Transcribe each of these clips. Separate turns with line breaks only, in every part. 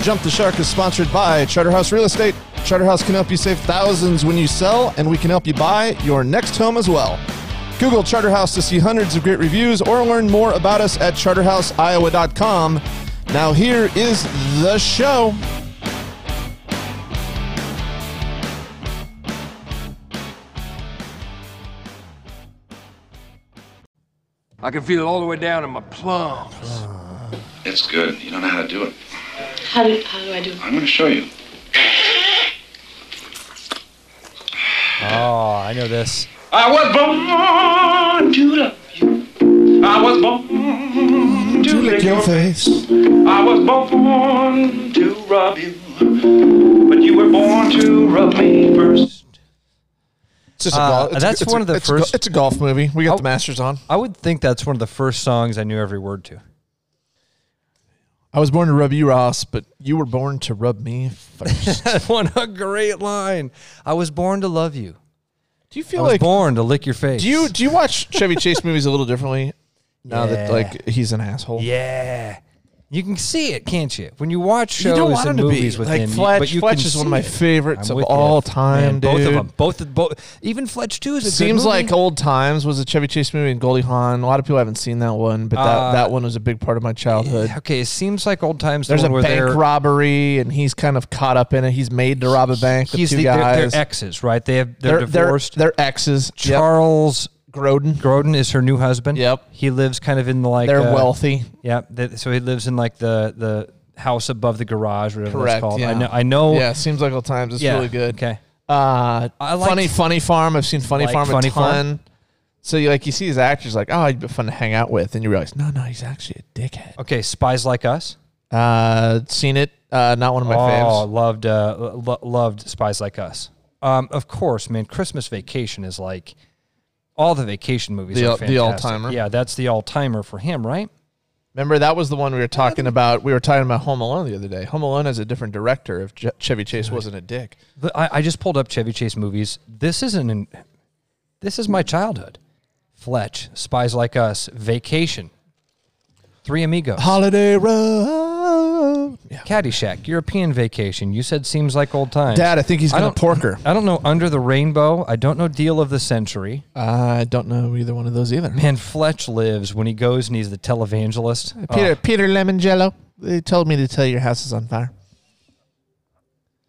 Jump the Shark is sponsored by Charterhouse Real Estate. Charterhouse can help you save thousands when you sell, and we can help you buy your next home as well. Google Charterhouse to see hundreds of great reviews or learn more about us at charterhouseiowa.com. Now, here is the show.
I can feel it all the way down in my plums.
It's good. You don't know how to do it.
How do, how do I do?
I'm going to show you.
Oh, I know this.
I was born to love you. I was born to lick your
face.
I was born to rub you. But you were born to rub me first.
It's just a
Uh,
golf. it's a-
that's
it's a-
one of the
it's a go-
first-
it's a golf movie. We got
Oh.
the Masters on.
I would think that's one of the first songs I knew every word to.
I was born to rub you, Ross, but you were born to rub me first.
what a great line. I was born to love you.
do you
I
feel
was
like
born to lick your face.
do you do you watch Chevy Chase movies a little differently now that
Yeah.
like he's an asshole?
Yeah. You can see it, can't you? When you watch
You
shows
don't want him
and
to be.
movies with
Like
him, you-
Fletch-
but you
Fletch
can
is one of
see
my
it.
favorites
I'm
of
with
all
you.
time,
Both of
dude.
them. Both of both. Even Fletch Two is a good
Seems
movie.
like old times was a Chevy Chase movie and Goldie Hawn. A lot of people haven't seen that one, but that,
Uh,
that one was a big part of my childhood.
okay. It seems like old times. the
There's a
one where
bank
they're-
robbery, and he's kind of caught up in it. He's made to rob a bank. The
He's
two
the, they're,
guys.
they're exes, right? They have they're,
They're- they're-
divorced.
They're, exes. Yep.
Charles
Grodin.
Grodin is her new husband.
Yep.
He lives kind of in the like
They're
uh,
wealthy.
Yeah. th- so he lives in like the the house above the garage, whatever
Correct.
that's called.
yeah.
I know. I know.
Yeah, seems like old times. It's
yeah,
really good.
Okay.
Uh,
I liked-
funny, funny farm. I've seen Funny
Like
Farm
Funny
a ton.
Farm?
So you like you see his actors like, oh, he'd be fun to hang out with, and you realize, no, no, he's actually a dickhead.
Okay. Spies like us.
Uh, seen it. Uh, not one of my
oh,
faves.
loved uh, lo- loved Spies Like Us. Um, of course, man. Christmas Vacation is like all the vacation movies.
The
are
all- the
fantastic.
all-timer.
Yeah, that's the all timer for him, right?
Remember that was the one we were talking about. We were talking about Home Alone the other day. Home Alone has a different director. If Je- Chevy Chase wasn't a dick,
The- I, I just pulled up Chevy Chase movies. This isn't. An, this is my childhood. Fletch, Spies Like Us, Vacation, Three Amigos,
Holiday Road. Yeah.
Caddyshack, European Vacation. You said seems like old times.
Dad, I think he's
I
gonna
don't-
porker.
I don't know Under the Rainbow. I don't know Deal of the Century.
I don't know either one of those either.
Man, Fletch lives when he goes and he's the televangelist.
Peter
Oh.
Peter Lemongello. They told me to tell you your house is on fire.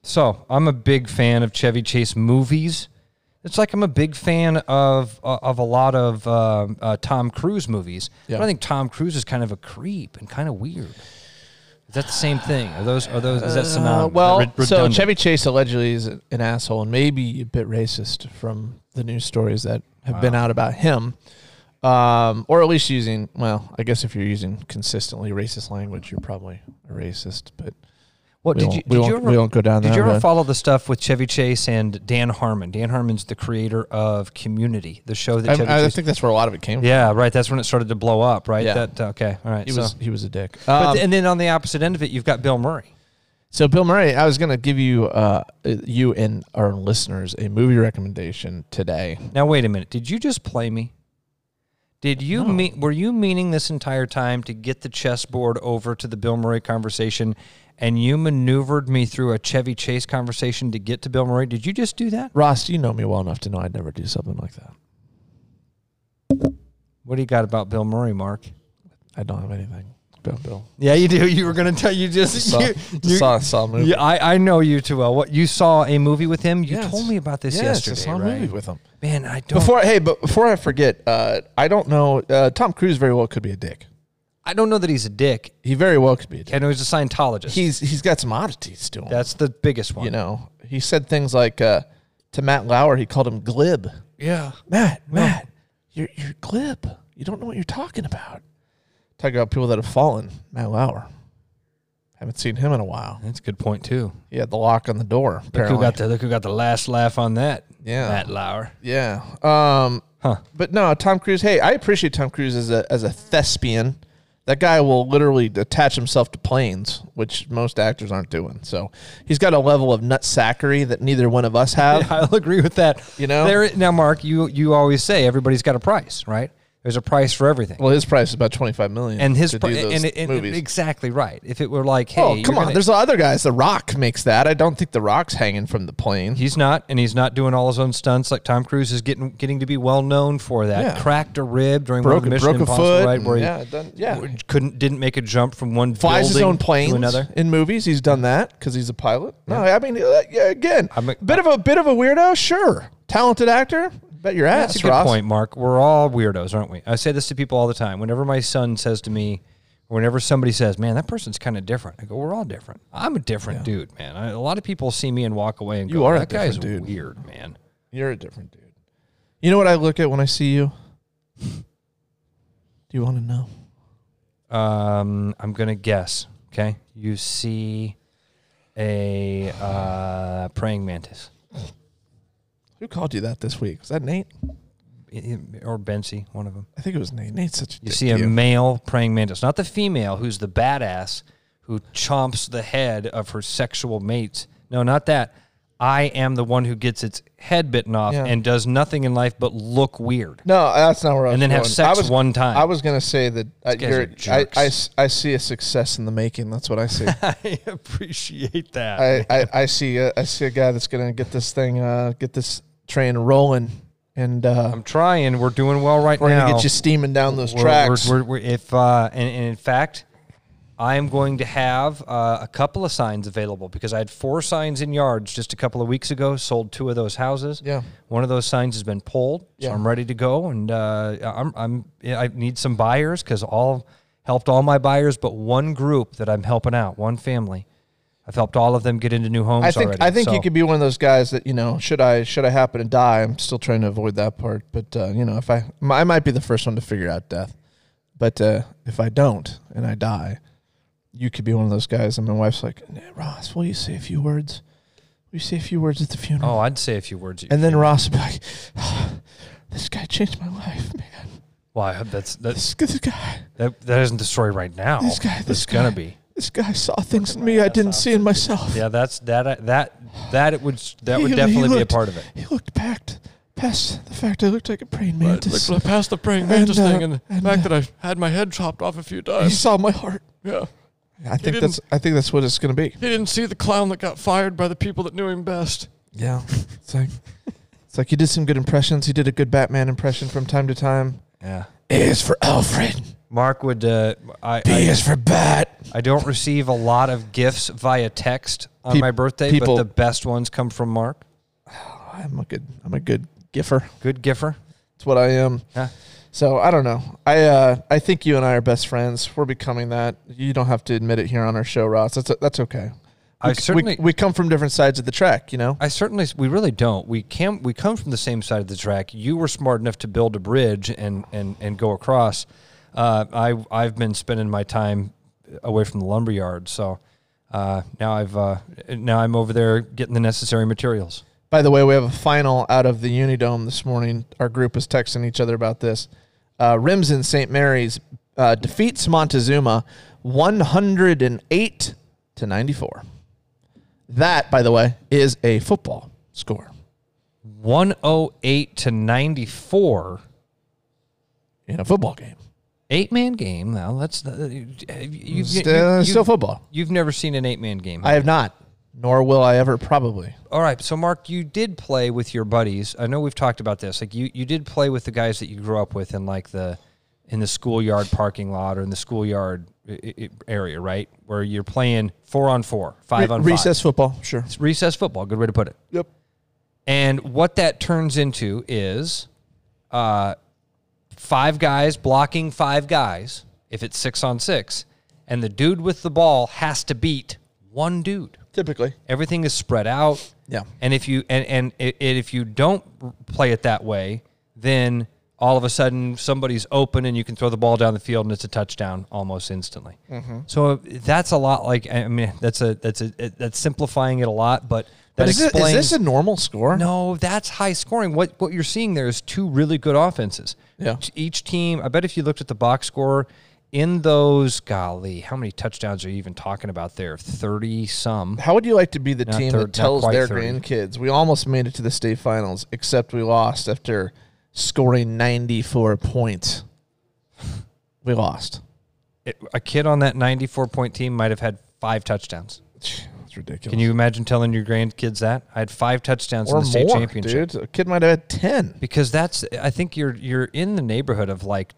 So I'm a big fan of Chevy Chase movies. It's like I'm a big fan of uh, of a lot of um uh, Tom Cruise movies.
Yeah.
But I think Tom Cruise is kind of a creep and kind of weird. Is that the same thing? Are those are those? Is that
Uh,
synonymous?
well,
Red-
so
redundant?
Chevy Chase allegedly is an asshole and maybe a bit racist from the news stories that have been out about him. Um, or at least using, well, I guess if you're using consistently racist language, you're probably a racist. But
What
we
did
won't-
you?
we
did
won't-
you ever,
we won't go down
Did
that
you ever
road.
follow the stuff with Chevy Chase and Dan Harmon? Dan Harmon's the creator of Community, the show that Chevy
I, I
Chase.
think that's where a lot of it came from.
yeah, right. That's when it started to blow up. Right.
Yeah.
That okay. All right.
He
so,
was he was a dick.
but
Um,
th- and then on the opposite end of it, you've got Bill Murray.
so Bill Murray, I was gonna give you uh, you and our listeners a movie recommendation today.
Now wait a minute. Did you just play me? Did you mean were you meaning this entire time to get the chessboard over to the Bill Murray conversation and you maneuvered me through a Chevy Chase conversation to get to Bill Murray? Did you just do that?
Ross, you know me well enough to know I'd never do something like that.
What do you got about Bill Murray, Mark?
I don't have anything about Bill.
Yeah, you do. You were gonna tell you just
Saw, saw saw a movie.
Yeah, I, I know you too well. What you saw a movie with him? You
Yes.
told me about this
Yes, I
yesterday,
saw a
right?
movie with him.
Man, I don't.
Before, hey, but before I forget, uh, I don't know. Uh, Tom Cruise very well could be a dick.
I don't know that he's a dick.
He very well could be a dick.
I know he's a Scientologist.
He's he's got some oddities to him.
That's the biggest one.
you know, he said things like uh, to Matt Lauer, he called him glib.
Yeah.
Matt, Matt, you're you're glib. You don't know what you're talking about. Talk about people that have fallen. Matt Lauer. Haven't seen him in a while.
That's a good point too.
He had the lock on the door.
Look who
Apparently.
got the look who got the last laugh on that.
Yeah.
Matt Lauer.
yeah. Um,
Huh.
But no, Tom Cruise. Hey, I appreciate Tom Cruise as a as a thespian. That guy will literally attach himself to planes, which most actors aren't doing. So he's got a level of nutsackery that neither one of us have.
I'll agree with that.
You know?
there now, Mark, you you always say everybody's got a price, right? There's a price for everything.
Well, his price is about twenty five million.
and his
to
pri-
do those
and, and, and
movies.
exactly right. If it were like, hey,
oh
you're
come on!
gonna-
There's other guys. The Rock makes that. I don't think The Rock's hanging from the plane.
he's not, and he's not doing all his own stunts like Tom Cruise is getting getting to be well known for that.
Yeah.
Cracked a rib during
broke
one of
a,
the Mission
broke a
Impossible,
foot.
right?
and-
Where he
yeah, done, yeah.
w- couldn't didn't make a jump from one
flies his
building
own planes
to another.
in movies. He's done that because he's a pilot. No, I mean, uh, yeah, again,
I'm a-
bit of a bit of a weirdo. Sure, talented actor. Bet your ass,
That's a good
Ross.
point, Mark. We're all weirdos, aren't we? I say this to people all the time. Whenever my son says to me, whenever somebody says, "Man, that person's kind of different," I go, "We're all different. I'm a different dude, man." I, a lot of people see me and walk away and
You
go,
are a
"That guy's
different dude."
weird, man."
You're a different dude. You know what I look at when I see you? Do you want to know?
Um, I'm gonna guess. Okay, you see a uh, praying mantis
Who called you that this week? Was that Nate?
I- I- or Bensie, one of them.
I think it was Nate. Nate's such a
You
dick
see
to
a
you.
male praying mantis, not the female who's the badass who chomps the head of her sexual mates. No, not that. I am the one who gets its head bitten off
Yeah.
and does nothing in life but look weird.
No, that's not where I was
And then have
going.
sex
I was,
one time.
I was gonna say that uh,
guys
you're,
are
I,
jerks.
I s- I see a success in the making. That's what I see.
I appreciate that.
I, I, I see a, I see a guy that's gonna get this thing uh, get this train rolling, and uh,
am trying. We're doing well right
we're
now.
gonna get you steaming down those
We're- we're-
tracks.
we're- we're- if uh, and, and in fact, I am going to have uh, a couple of signs available because I had four signs in yards just a couple of weeks ago. Sold two of those houses.
Yeah.
one of those signs has been pulled, so
Yeah.
I'm ready to go, and uh, I'm I'm I need some buyers because all helped all my buyers, but one group that I'm helping out, one family. I've helped all of them get into new homes
I think
already.
I think you
so-
could be one of those guys that you know. Should I should I happen to die? I'm still trying to avoid that part, but uh, you know, if I m- I might be the first one to figure out death, but uh, if I don't and I die, you could be one of those guys. And my wife's like, Ross, will you say a few words? Will you say a few words at the funeral?
Oh, I'd say a few words. at your
and then
funeral.
Ross would be like, This guy changed my life, man.
Why? that's that's
This, this guy.
that, that isn't the story right now.
This guy-
It's
this
gonna
guy-
be.
This guy saw things in me I didn't see in myself.
Yeah, that's that uh, that that it would that would
He- he
definitely be a
looked-
part of it.
He looked packed past the fact I looked like a praying mantis.
Like, past the praying mantis
And, uh,
thing and the
and,
fact
uh,
that I've had my head chopped off a few
he
times.
saw my heart.
Yeah.
I think
didn't-
that's I think that's what it's gonna be.
He didn't see the clown that got fired by the people that knew him best.
Yeah. It's like it's like you did some good impressions. He did a good Batman impression from time to time.
Yeah,
A is for Alfred.
Mark would. Uh, I,
B
I
is for Bat.
I don't receive a lot of gifts via text on
Peop-
my birthday,
people-
but the best ones come from Mark.
I'm a good I'm a good giffer.
Good giffer.
It's what I am.
Yeah.
So I don't know. I uh, I think you and I are best friends. We're becoming that. You don't have to admit it here on our show, Ross. That's that's okay.
I
We- we-
certainly-
we, come from different sides of the track, you know.
I certainly we really don't. We can we come from the same side of the track. You were smart enough to build a bridge and and and go across. Uh, I I've been spending my time away from the lumber yard, so uh, now I've uh, now I'm over there getting the necessary materials.
By the way, we have a final out of the Unidome this morning. Our group was texting each other about this. Uh, Rims in St. Mary's uh, defeats Montezuma 108 to 94. That, by the way, is a football score
108 to 94
in a football game.
eight man game now that's the, you've, you've,
Still,
you've-
still football.
you've never seen an eight man game
I have not, nor will I ever probably.
all right so mark you did play with your buddies i know we've talked about this like you you did play with the guys that you grew up with in like the in the schoolyard parking lot or in the schoolyard i- i- i- area right where you're playing four on four five
Re-
on
recess football, sure.
five. recess football good way to put it
Yep.
And what that turns into is uh, five guys blocking five guys if it's six on six. And the dude with the ball has to beat one dude.
Typically.
Everything is spread out.
Yeah.
And if you and, and i- i- if you don't play it that way, then all of a sudden somebody's open and you can throw the ball down the field and it's a touchdown almost instantly.
Mm-hmm.
So that's a lot like I mean that's a that's a it, that's simplifying it a lot, but that
But is, it,
explains
is this a normal score?
no, that's high scoring. What what you're seeing there is two really good offenses.
Yeah.
Each- Each team, I bet if you looked at the box score in those, golly, how many touchdowns are you even talking about there? Thirty some.
How would you like to be the
Not
team
third-
that
not
tells
quite
their
third.
grandkids we almost made it to the state finals, except we lost after scoring 94 points? We lost.
It- a kid on that 94 point team might have had five touchdowns.
That's ridiculous.
Can you imagine telling your grandkids that I had five touchdowns
or
in the state
more,
championship?
dude? A kid might have had 10.
because that's i think you're you're in the neighborhood of like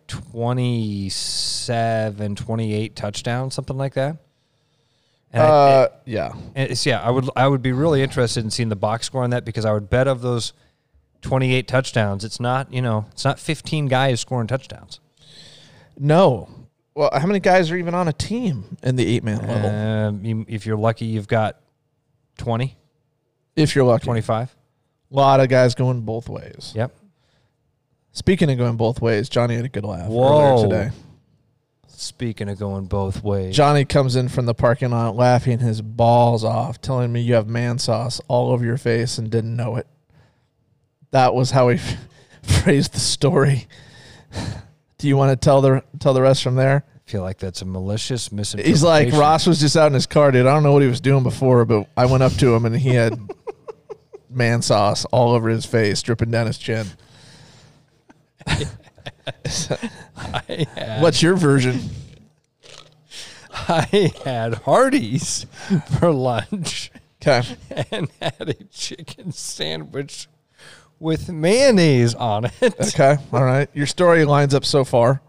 27 28 touchdowns something like that and I,
Uh, yeah.
and it's, yeah i would i would be really interested in seeing the box score on that because i would bet of those 28 touchdowns it's not you know it's not 15 guys scoring touchdowns
No. Well, how many guys are even on a team in the eight man level?
um, you- if you're lucky you've got 20
if you're lucky.
25
A lot of guys going both ways.
yep
Speaking of going both ways, Johnny had a good laugh
Whoa.
earlier today.
speaking of going both ways
Johnny comes in from the parking lot laughing his balls off, telling me you have man sauce all over your face and didn't know it. That was how he phrased the story. Do you want to tell the tell the rest from there?
i feel like that's a malicious misinterpretation
He's like Ross was just out in his car, dude. I don't know what he was doing before, but I went up to him and he had man sauce all over his face, dripping down his chin. What's your version?
I had Hardee's for lunch
Okay.
and had a chicken sandwich with mayonnaise on it.
Okay. All right. Your story lines up so far.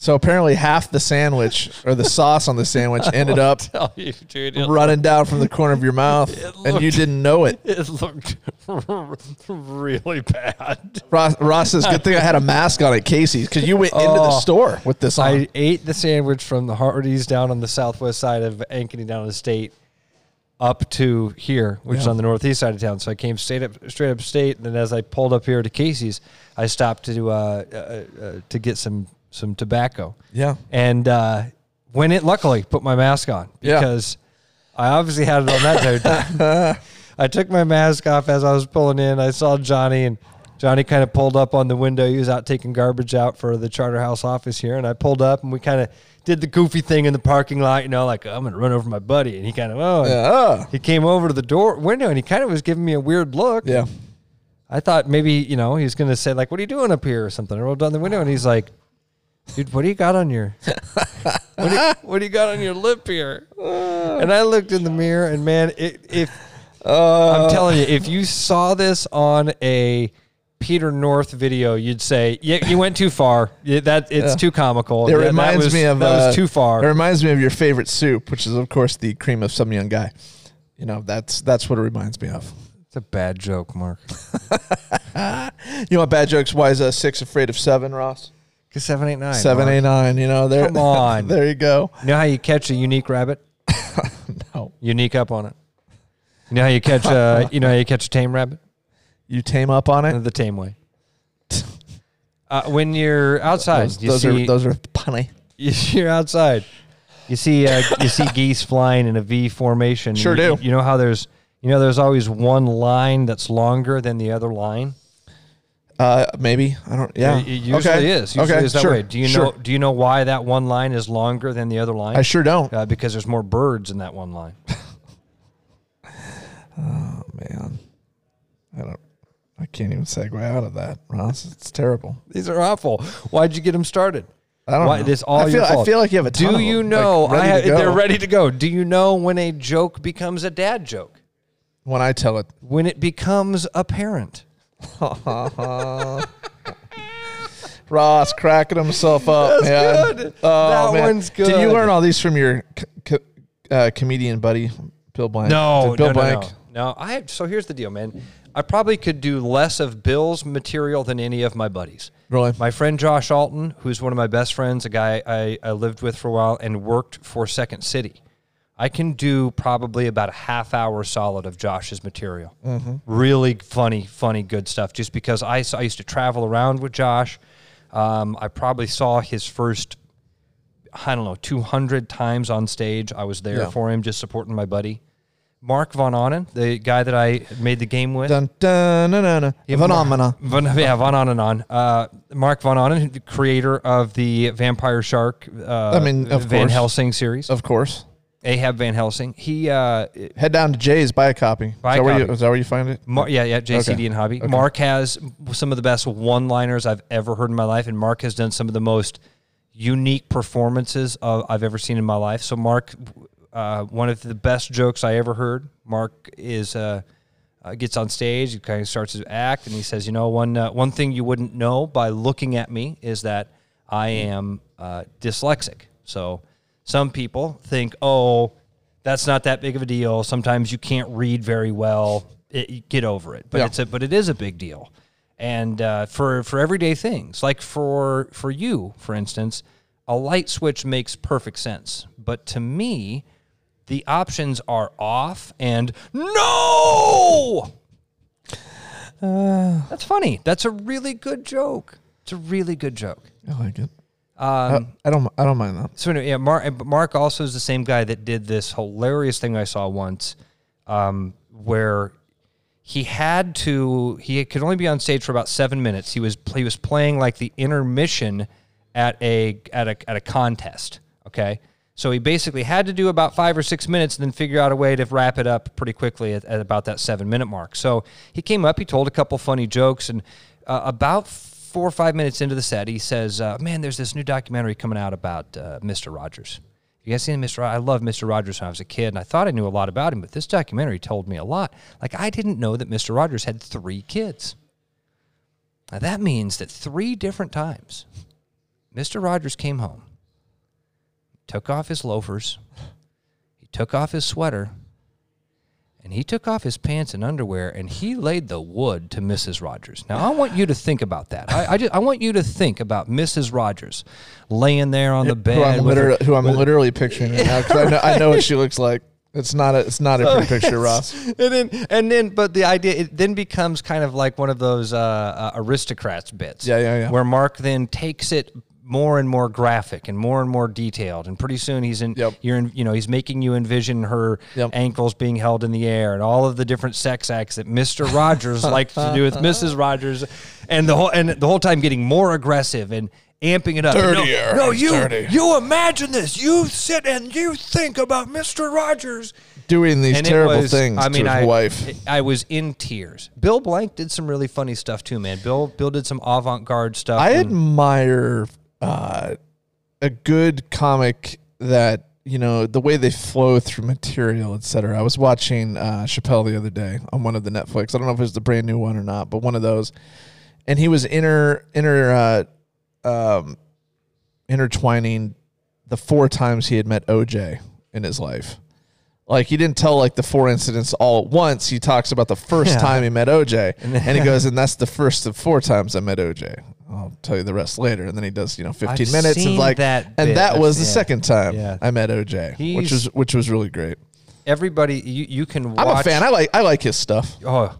So apparently, half the sandwich or the sauce on the sandwich ended up
Tell you, dude, it,
running down from the corner of your mouth, and you didn't know it.
it looked really bad.
Ross, Ross says, "Good thing I had a mask on at Casey's because you went into the
Oh.
store with this on."
I ate the sandwich from the Hardee's down on the southwest side of Ankeny, down in the state, up to here, which is on the northeast side of town. So I came straight up, straight up state, and then as I pulled up here to Casey's, I stopped to uh, uh, uh, to get some some tobacco.
Yeah.
and uh, when it luckily put my mask on
Yeah.
because I obviously had it on that day. I took my mask off as I was pulling in. I saw Johnny and Johnny kind of pulled up on the window. He was out taking garbage out for the charter house office here, and I pulled up and we kind of did the goofy thing in the parking lot. You know, like "Oh, I'm gonna run over my buddy, and he kind of oh. and
Yeah.
He came over to the door window and he kind of was giving me a weird look.
Yeah.
I thought maybe, you know, he was going to say, like, what are you doing up here or something? I rolled down the window and he's like, dude, what do you got on your, what, do you, what do you got on your lip here?
Uh.
And I looked in the mirror and man, it, if,
Uh.
I'm telling you, if you saw this on a Peter North video, you'd say, yeah, you went too far. Yeah, that It's too comical.
It
Yeah, that
reminds
was-
me of
that
uh,
was too far.
It reminds me of your favorite soup, which is of course the cream of some young guy. You know, that's that's what it reminds me of.
it's a bad joke, Mark.
You know what bad jokes? Why is uh, six afraid of seven, Ross?
Because 789.
Seven,
Mark.
eight, nine. You know, there.
Come on.
there you go.
You know how you catch a unique rabbit?
No.
You sneak up on it. You know how you catch a you know how you catch a tame rabbit
You tame up on it.
the tame way. Uh, when you're outside,
Those,
you
those
see
are those are punny.
you're outside. You see uh, you see geese flying in a V formation.
Sure
You-
do.
You know how there's you know there's always one line that's longer than the other line.
Uh, maybe I don't. Yeah,
It, it usually
Okay.
is. Usually
okay,
is that
sure.
way. Do you
sure.
know do you know why that one line is longer than the other line?
I sure don't.
Uh, because there's more birds in that one line.
Oh, Man, I don't. I can't even segue out of that, Ross. It's terrible.
These are awful. Why'd you get them started?
I don't
Why,
know.
This all
I feel,
your fault.
I feel like you have a. ton
Do
of
you
them,
know?
like,
I
ready
have,
to go.
they're ready to go. Do you know when a joke becomes a dad joke?
when I tell it?
When it becomes apparent?
Ross cracking himself up. man.
good.
Oh,
That
man.
one's
Did you
good.
learn all these from your co- co- uh, comedian buddy, Bill Blank?
No,
Did Bill
no,
Blank.
no, no, no. I so here's the deal, man. I probably could do less of Bill's material than any of my buddies.
Really?
My friend Josh Alton, who's one of my best friends, a guy I, I lived with for a while and worked for Second City. I can do probably about a half hour solid of Josh's material.
Mm-hmm.
Really funny, funny, good stuff. Just because I, s- I used to travel around with Josh, um, I probably saw his first, I don't know, 200 times on stage. I was there
Yeah.
for him, just supporting my buddy. Mark Von Onen, the guy that I made the game with.
Dun, dun, dun, dun, dun. Phenomena.
Von, yeah, Von Onen. Uh, Mark Von Onen, the creator of the Vampire Shark. Uh,
I mean, of
Van
course.
Helsing series.
Of course.
Ahab Van Helsing. He, uh,
Head down to Jay's, buy a copy.
Buy
is,
a
that Where you,
copy. Mm.
is that where you find it?
Mar- yeah, yeah, JCD
Okay.
and Hobby.
Okay.
Mark has some of the best one-liners I've ever heard in my life, and Mark has done some of the most unique performances of, I've ever seen in my life. So, Mark, uh, one of the best jokes I ever heard. Mark is uh, uh, gets on stage, he kind of starts his act, and he says, "You know, one uh, one thing you wouldn't know by looking at me is that I am uh, dyslexic. So, some people think, oh." that's not that big of a deal. Sometimes you can't read very well. It, you get over it. But
Yeah.
it's a but it is a big deal, and uh, for for everyday things like for for you, for instance, a light switch makes perfect sense. But to me, the options are off and no. that's funny. That's a really good joke. It's a really good joke.
I like it.
Um,
I, I don't. I don't mind that.
So anyway, yeah, Mark, Mark also is the same guy that did this hilarious thing I saw once, um, where he had to he could only be on stage for about seven minutes. He was he was playing like the intermission at a at a at a contest. Okay, so he basically had to do about five or six minutes and then figure out a way to wrap it up pretty quickly at, at about that seven minute mark. So he came up, he told a couple funny jokes, and uh, about four or five minutes into the set, he says, uh, "Man, there's this new documentary coming out about uh, Mister Rogers. You guys seen Mister? I love Mister Rogers when I was a kid, and I thought I knew a lot about him, but this documentary told me a lot. Like I didn't know that Mister Rogers had three kids. Now that means that three different times, Mister Rogers came home, took off his loafers, he took off his sweater." and he took off his pants and underwear and he laid the wood to Mrs. Rogers. Now I want you to think about that. I, I just I want you to think about Mrs. Rogers laying there on the
Who I'm,
bed. with her-
literally, who I'm literally picturing right now because I, know, I know what she looks like. It's not a. It's not a pretty picture, Ross.
and then and then but the idea it then becomes kind of like one of those uh, uh, aristocrats bits
Yeah, yeah, yeah.
where mark then takes it more and more graphic and more and more detailed and pretty soon he's in
Yep.
you're in, you know he's making you envision her
Yep.
ankles being held in the air and all of the different sex acts that Mr. Rogers likes to do with Mrs. Rogers and the whole and the whole time getting more aggressive and amping it up No,
Dirtier.
no
It's
you
dirty.
you imagine this you sit and you think about Mr. Rogers
Doing these
and it
terrible
was-
things to his
I,
wife.
I was in tears. Bill Blank did some really funny stuff too, man. Bill Bill did some avant garde stuff.
I
and-
admire uh, a good comic that you know the way they flow through material, etc. I was watching uh, Chappelle the other day on one of the Netflix. I don't know if it was the brand new one or not, but one of those, and he was inter inter uh, um, intertwining the four times he had met OJ in his life. Like he didn't tell like the four incidents all at once. He talks about the first time he met OJ, and he goes, and that's the first of four times I met OJ. I'll tell you the rest later. And then he does you know 15
I've
minutes and
seen
like
that
and
bit.
that
I've-
was the
yeah.
second time
Yeah.
I met OJ, which
He's-
was which was really great.
everybody you, you can watch
I'm a fan. I like I like his stuff.
oh,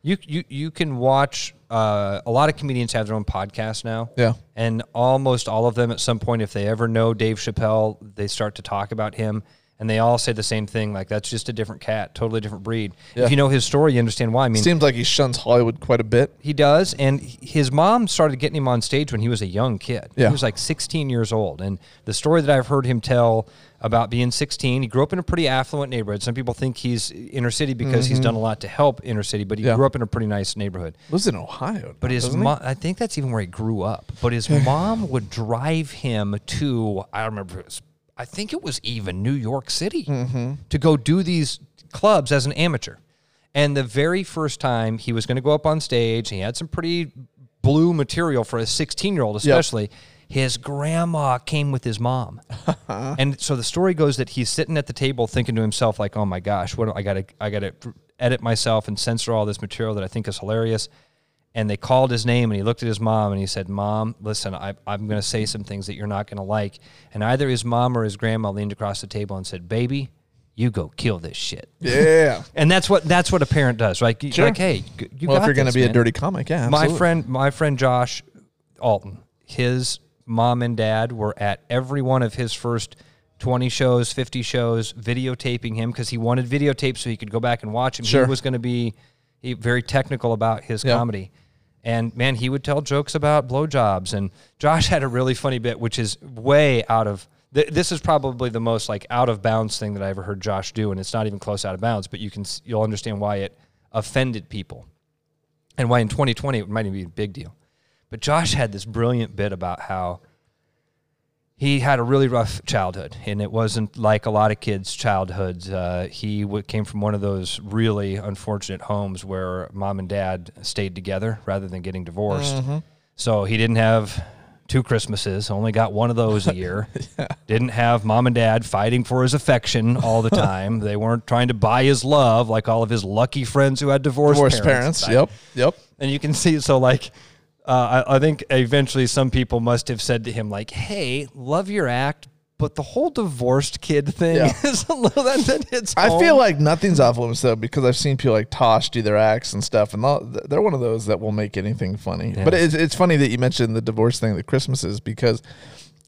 you you you can watch uh, a lot of comedians have their own podcast now.
Yeah.
And almost all of them at some point if they ever know Dave Chappelle, they start to talk about him and they all say the same thing like that's just a different cat, totally different breed.
Yeah.
If you know his story, you understand why. I mean,
Seems like he shuns Hollywood quite a bit.
He does, and his mom started getting him on stage when he was a young kid.
Yeah.
He was like 16 years old, and the story that I've heard him tell about being 16, he grew up in a pretty affluent neighborhood. Some people think he's inner city because he's done a lot to help inner city, but he
Mm-hmm. Yeah.
grew up in a pretty nice neighborhood.
Lives in Ohio,
But his
doesn't he?
mom, I think that's even where he grew up. But his mom would drive him to, I remember, it was, I think it was even New York City
Mm-hmm.
to go do these clubs as an amateur. And the very first time he was going to go up on stage, he had some pretty blue material for a 16 year old, especially. His grandma came with his mom. and so the story goes that he's sitting at the table thinking to himself like, "Oh my gosh, what do I got to I got to edit myself and censor all this material that I think is hilarious." and they called his name and he looked at his mom and he said, Mom, listen, I, I'm going to say some things that you're not going to like. And either his mom or his grandma leaned across the table and said, Baby, you go kill this shit.
Yeah.
And that's what that's what a parent does, right? You-
Sure.
Like, hey, g- you
well,
got
if you're going to
this,
be
man.
a dirty comic, yeah.
My
absolutely.
friend, my friend Josh Alton, his mom and dad were at every one of his first 20 shows, 50 shows, videotaping him because he wanted videotape so he could go back and watch him.
Sure.
He was going to be he, very technical about his
Yeah.
comedy. And man, he would tell jokes about blowjobs. And Josh had a really funny bit, which is way out of. th- This is probably the most like out of bounds thing that I ever heard Josh do, and it's not even close out of bounds. But you can s- you'll understand why it offended people and why in 2020 it might even be a big deal. But Josh had this brilliant bit about how he had a really rough childhood, and it wasn't like a lot of kids' childhoods. Uh, he w- came from one of those really unfortunate homes where mom and dad stayed together rather than getting divorced.
Mm-hmm.
So he didn't have two Christmases, only got one of those a year. Didn't have mom and dad fighting for his affection all the time. they weren't trying to buy his love like all of his lucky friends who had divorced,
Divorced parents.
Yep
Yep. Yep.
and you can see so like uh, I, I think eventually some people must have said to him like hey love your act but the whole divorced kid thing
Yeah.
is a little that, that hits
I
home.
feel like nothing's off limits though, because I've seen people like Tosh do their acts and stuff, and they'll- they're one of those that will make anything funny. But it's, it's funny that you mentioned the divorce thing, the Christmases, because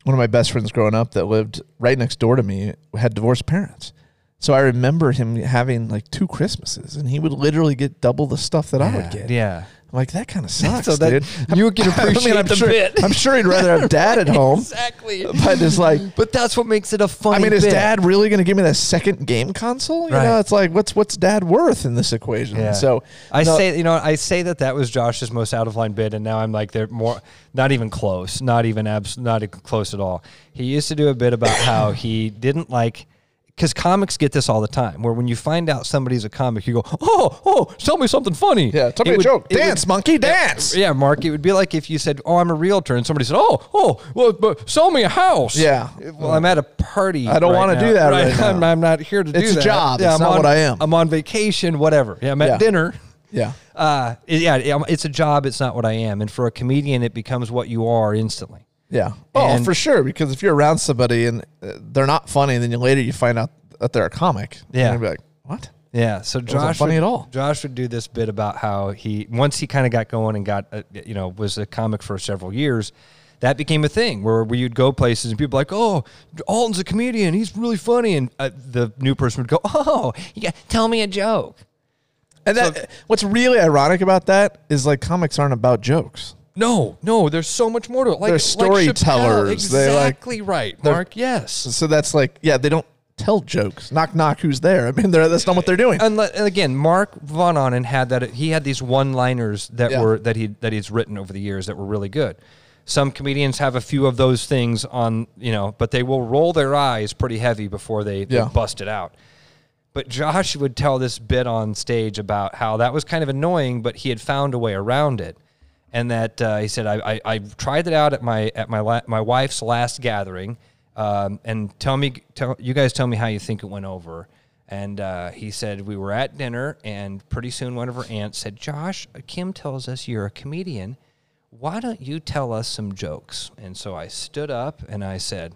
one of my best friends growing up that lived right next door to me had divorced parents. So I remember him having like two Christmases, and he would literally get double the stuff that I would get.
yeah
I'm like that kind of sucks,
So that-
dude.
you can appreciate
I'm
the
sure,
bit.
I'm sure he'd rather have dad at home,
exactly
but it's like
but that's what makes it a funny
I mean, is
bit.
dad really going to give me that second game console? You
Right.
know, it's like what's what's dad worth in this equation?
Yeah.
So
I
no,
say, you know, I say that that was Josh's most out of line bid, and now I'm like, they're more, not even close, not even abs, not even close at all. He used to do a bit about how he didn't like, because comics get this all the time, where when you find out somebody's a comic, you go, oh, oh, tell me something funny.
yeah, tell me
It
a
would-
joke.
it would-
Dance, monkey, dance.
yeah, Mark, it would be like if you said, oh, I'm a realtor, and somebody said, oh, oh, well, but sell me a house.
Yeah.
Well, I'm at a party.
I don't
right
wanna
now.
do that right
I'm,
now.
I'm not here to do
It's a
that.
job. It's
I'm
not
on-
what I am.
I'm on vacation, whatever. Yeah, I'm at
Yeah.
dinner
Yeah.
uh, it- yeah, it- it's a job. It's not what I am. And for a comedian, it becomes what you are instantly.
Yeah. Oh,
And-
for sure. Because if you're around somebody and uh, they're not funny, then you later you find out that they're a comic.
Yeah.
And you're like, what?
Yeah. So
wasn't
Josh
funny at
would,
all.
Josh would do this bit about how he once he kind of got going and got uh, you know was a comic for several years. That became a thing where we would go places and people were like, oh, Alton's a comedian. He's really funny. And uh, the new person would go, oh, yeah, tell me a joke.
And that what's really ironic about that is like comics aren't about jokes.
No, no, there's so much more to it. Like,
They're
like Chappelle.
storytellers. They, like-
Exactly right,
they're-
Mark. Yes.
So that's like, yeah, they don't tell jokes. Knock knock, who's there? I mean, they're, that's not what they're doing.
Unless, and again, Mark Von Onen had that. He had these one-liners that
Yeah.
were that he that he's written over the years that were really good. Some comedians have a few of those things on, you know, but they will roll their eyes pretty heavy before they, they
Yeah.
bust it out. But Josh would tell this bit on stage about how that was kind of annoying, but he had found a way around it, and that uh, he said, I, "I I tried it out at my at my la- my wife's last gathering, um, and tell me, tell you guys, tell me how you think it went over." And uh, he said we were at dinner, and pretty soon one of her aunts said, "Josh, Kim tells us you're a comedian. Why don't you tell us some jokes?" And so I stood up and I said.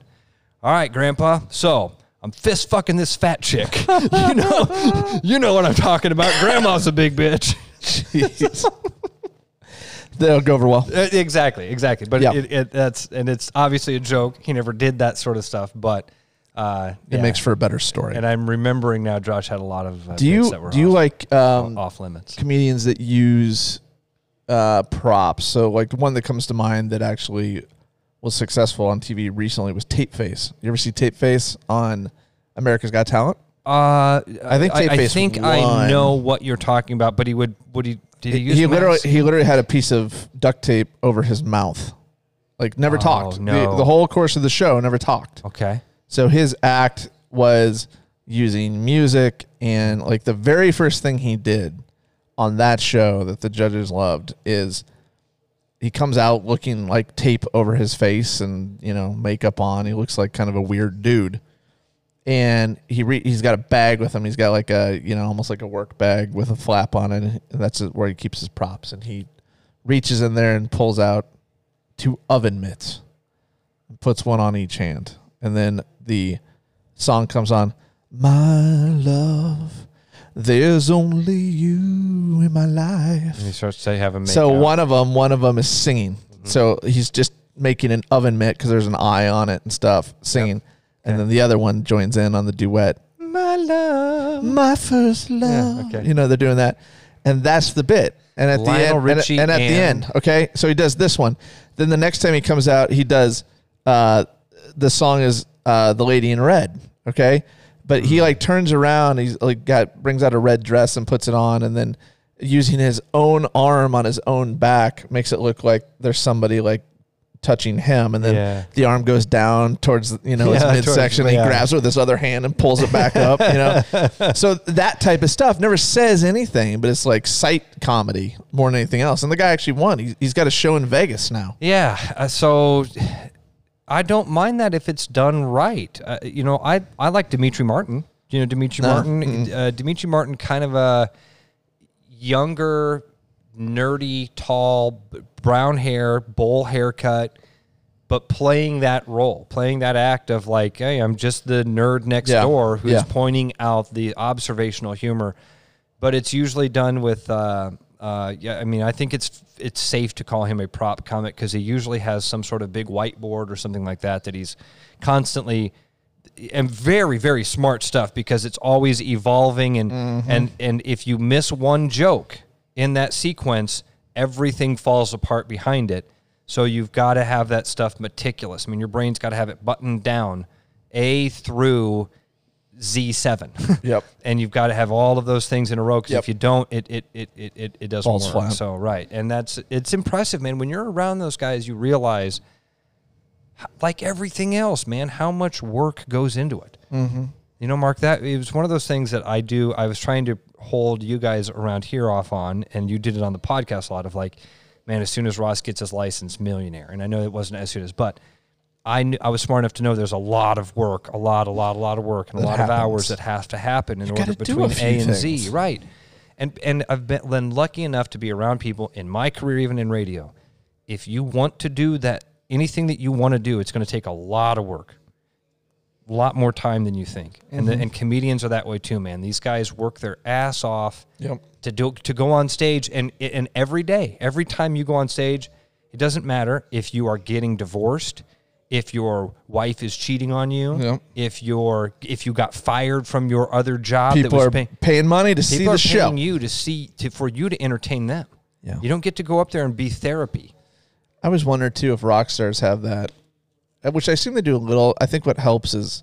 All right, Grandpa. So I'm fist fucking this fat chick. you know, you know what I'm talking about. Grandma's a big bitch.
Jeez. They'll go over well.
Uh, exactly, exactly. But
Yeah.
it, it, that's and it's obviously a joke. He never did that sort of stuff. But uh,
It makes for a better story.
And I'm remembering now. Josh had a lot of. Uh,
do
bits
you
that were
do you
off,
like um,
off limits?
comedians that use uh, props? So like one that comes to mind that actually was successful on TV recently was Tape Face. You ever see Tape Face on America's Got Talent?
Uh,
I think
I, I
Tapeface
think I
won.
know what you're talking about. But he would. Would he? Did he use?
he literally
masks?
he literally had a piece of duct tape over his mouth, like never
Oh,
talked. The-
no. Oh.
The, whole course of the show never talked.
okay.
So his act was using music and like the very first thing he did on that show that the judges loved is he comes out looking like tape over his face and you know makeup on. He looks like kind of a weird dude. And he re- he's got a bag with him. He's got like a you know almost like a work bag with a flap on it. And that's where he keeps his props. And he reaches in there and pulls out two oven mitts puts one on each hand, and then the song comes on. My love, there's only you in my life.
And he starts to have a make
So
out.
one of them, one of them is singing. So he's just making an oven mitt because there's an eye on it and stuff, singing, and then the other one joins in on the duet.
my love.
My first love.
okay.
You know they're doing that, and that's the bit. And at
Lionel
the end, and-
Richie
and, at the
and-
end, okay. So he does this one. Then the next time he comes out, he does. Uh, the song is uh, the Lady in Red. Okay, but
Mm.
he like turns around. He's like got brings out a red dress and puts it on, and then using his own arm on his own back makes it look like there's somebody like touching him and then
Yeah.
the arm goes down towards you know
Yeah,
his
towards-
midsection and he
yeah.
grabs with his other hand and pulls it back up, you know. So that type of stuff never says anything, but it's like sight comedy more than anything else. And the guy actually won. He's, he's got a show in Vegas now.
Yeah. uh, so I don't mind that if it's done right. Uh, you know, I, I like Dimitri Martin. You know, Dimitri
Uh-huh.
Martin.
Mm-hmm.
Uh, Dimitri Martin, kind of a younger, nerdy, tall, b- brown hair, bowl haircut. But playing that role, playing that act of like, hey, I'm just the nerd next
Yeah.
door who's
Yeah.
pointing out the observational humor, but it's usually done with. Uh, uh, yeah, I mean, I think it's it's safe to call him a prop comic because he usually has some sort of big whiteboard or something like that that he's constantly and very very smart stuff because it's always evolving and and and if you miss one joke in that sequence, everything falls apart behind it. So you've got to have that stuff meticulous. I mean, your brain's got to have it buttoned down, A through Z7.
Yep.
And you've got to have all of those things in a row because
Yep.
if you don't, it it it it it, it doesn't
Falls
work.
flat.
So right, and that's it's impressive, man. When you're around those guys, you realize, h- like everything else, man, how much work goes into it. Mm-hmm. You know, Mark, that it was one of those things that I do. I was trying to hold you guys around here off on, and you did it on the podcast a lot of like, man, as soon as Ross gets his license, millionaire. And I know it wasn't as soon as, but. I, knew, I was smart enough to know there's a lot of work, a lot, a lot, a lot of work, and a
That
lot of
happens.
hours that have to happen in order
gotta do
between
a few
A and
things.
Z, right? And and I've been, been lucky enough to be around people in my career, even in radio. If you want to do that, anything that you want to do, it's going to take a lot of work, a lot more time than you think. And
Mm-hmm.
the, and comedians are that way too, man. These guys work their ass off
Yep.
to do to go on stage, and and every day, every time you go on stage, it doesn't matter if you are getting divorced. If your wife is cheating on you,
Yep.
if your if you got fired from your other job, that
People
was
are
paying-
paying money to see
People
the
are
show.
paying you to see to, for you to entertain them.
Yeah.
You don't get to go up there and be therapy.
I always wonder too if rock stars have that, uh, which I assume they do a little. I think what helps is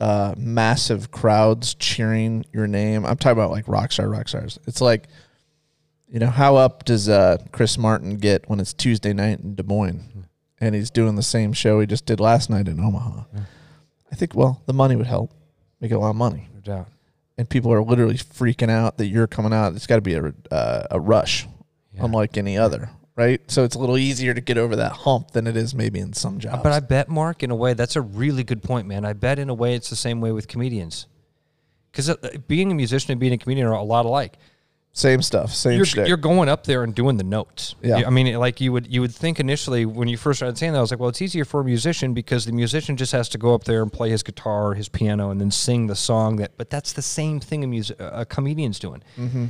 uh, massive crowds cheering your name. I'm talking about like rock star, rock stars. It's like, you know, how up does uh, Chris Martin get when it's Tuesday night in Des Moines, and he's doing the same show he just did last night in Omaha? I think well, the money would help make a lot of money,
No doubt.
and people are literally freaking out that you're coming out. It's got to be a uh, a rush unlike any other, right? So it's a little easier to get over that hump than it is maybe in some jobs.
But I bet, Mark, in a way, that's a really good point, man. I bet, in a way, it's the same way with comedians. Because being a musician and being a comedian are a lot alike.
same stuff, same
You're,
shit.
you're going up there and doing the notes.
Yeah.
I mean, like you would you would think initially when you first started saying that, I was like, well, it's easier for a musician because the musician just has to go up there and play his guitar, or his piano, and then sing the song. That, but that's the same thing a, mus- a comedian's doing.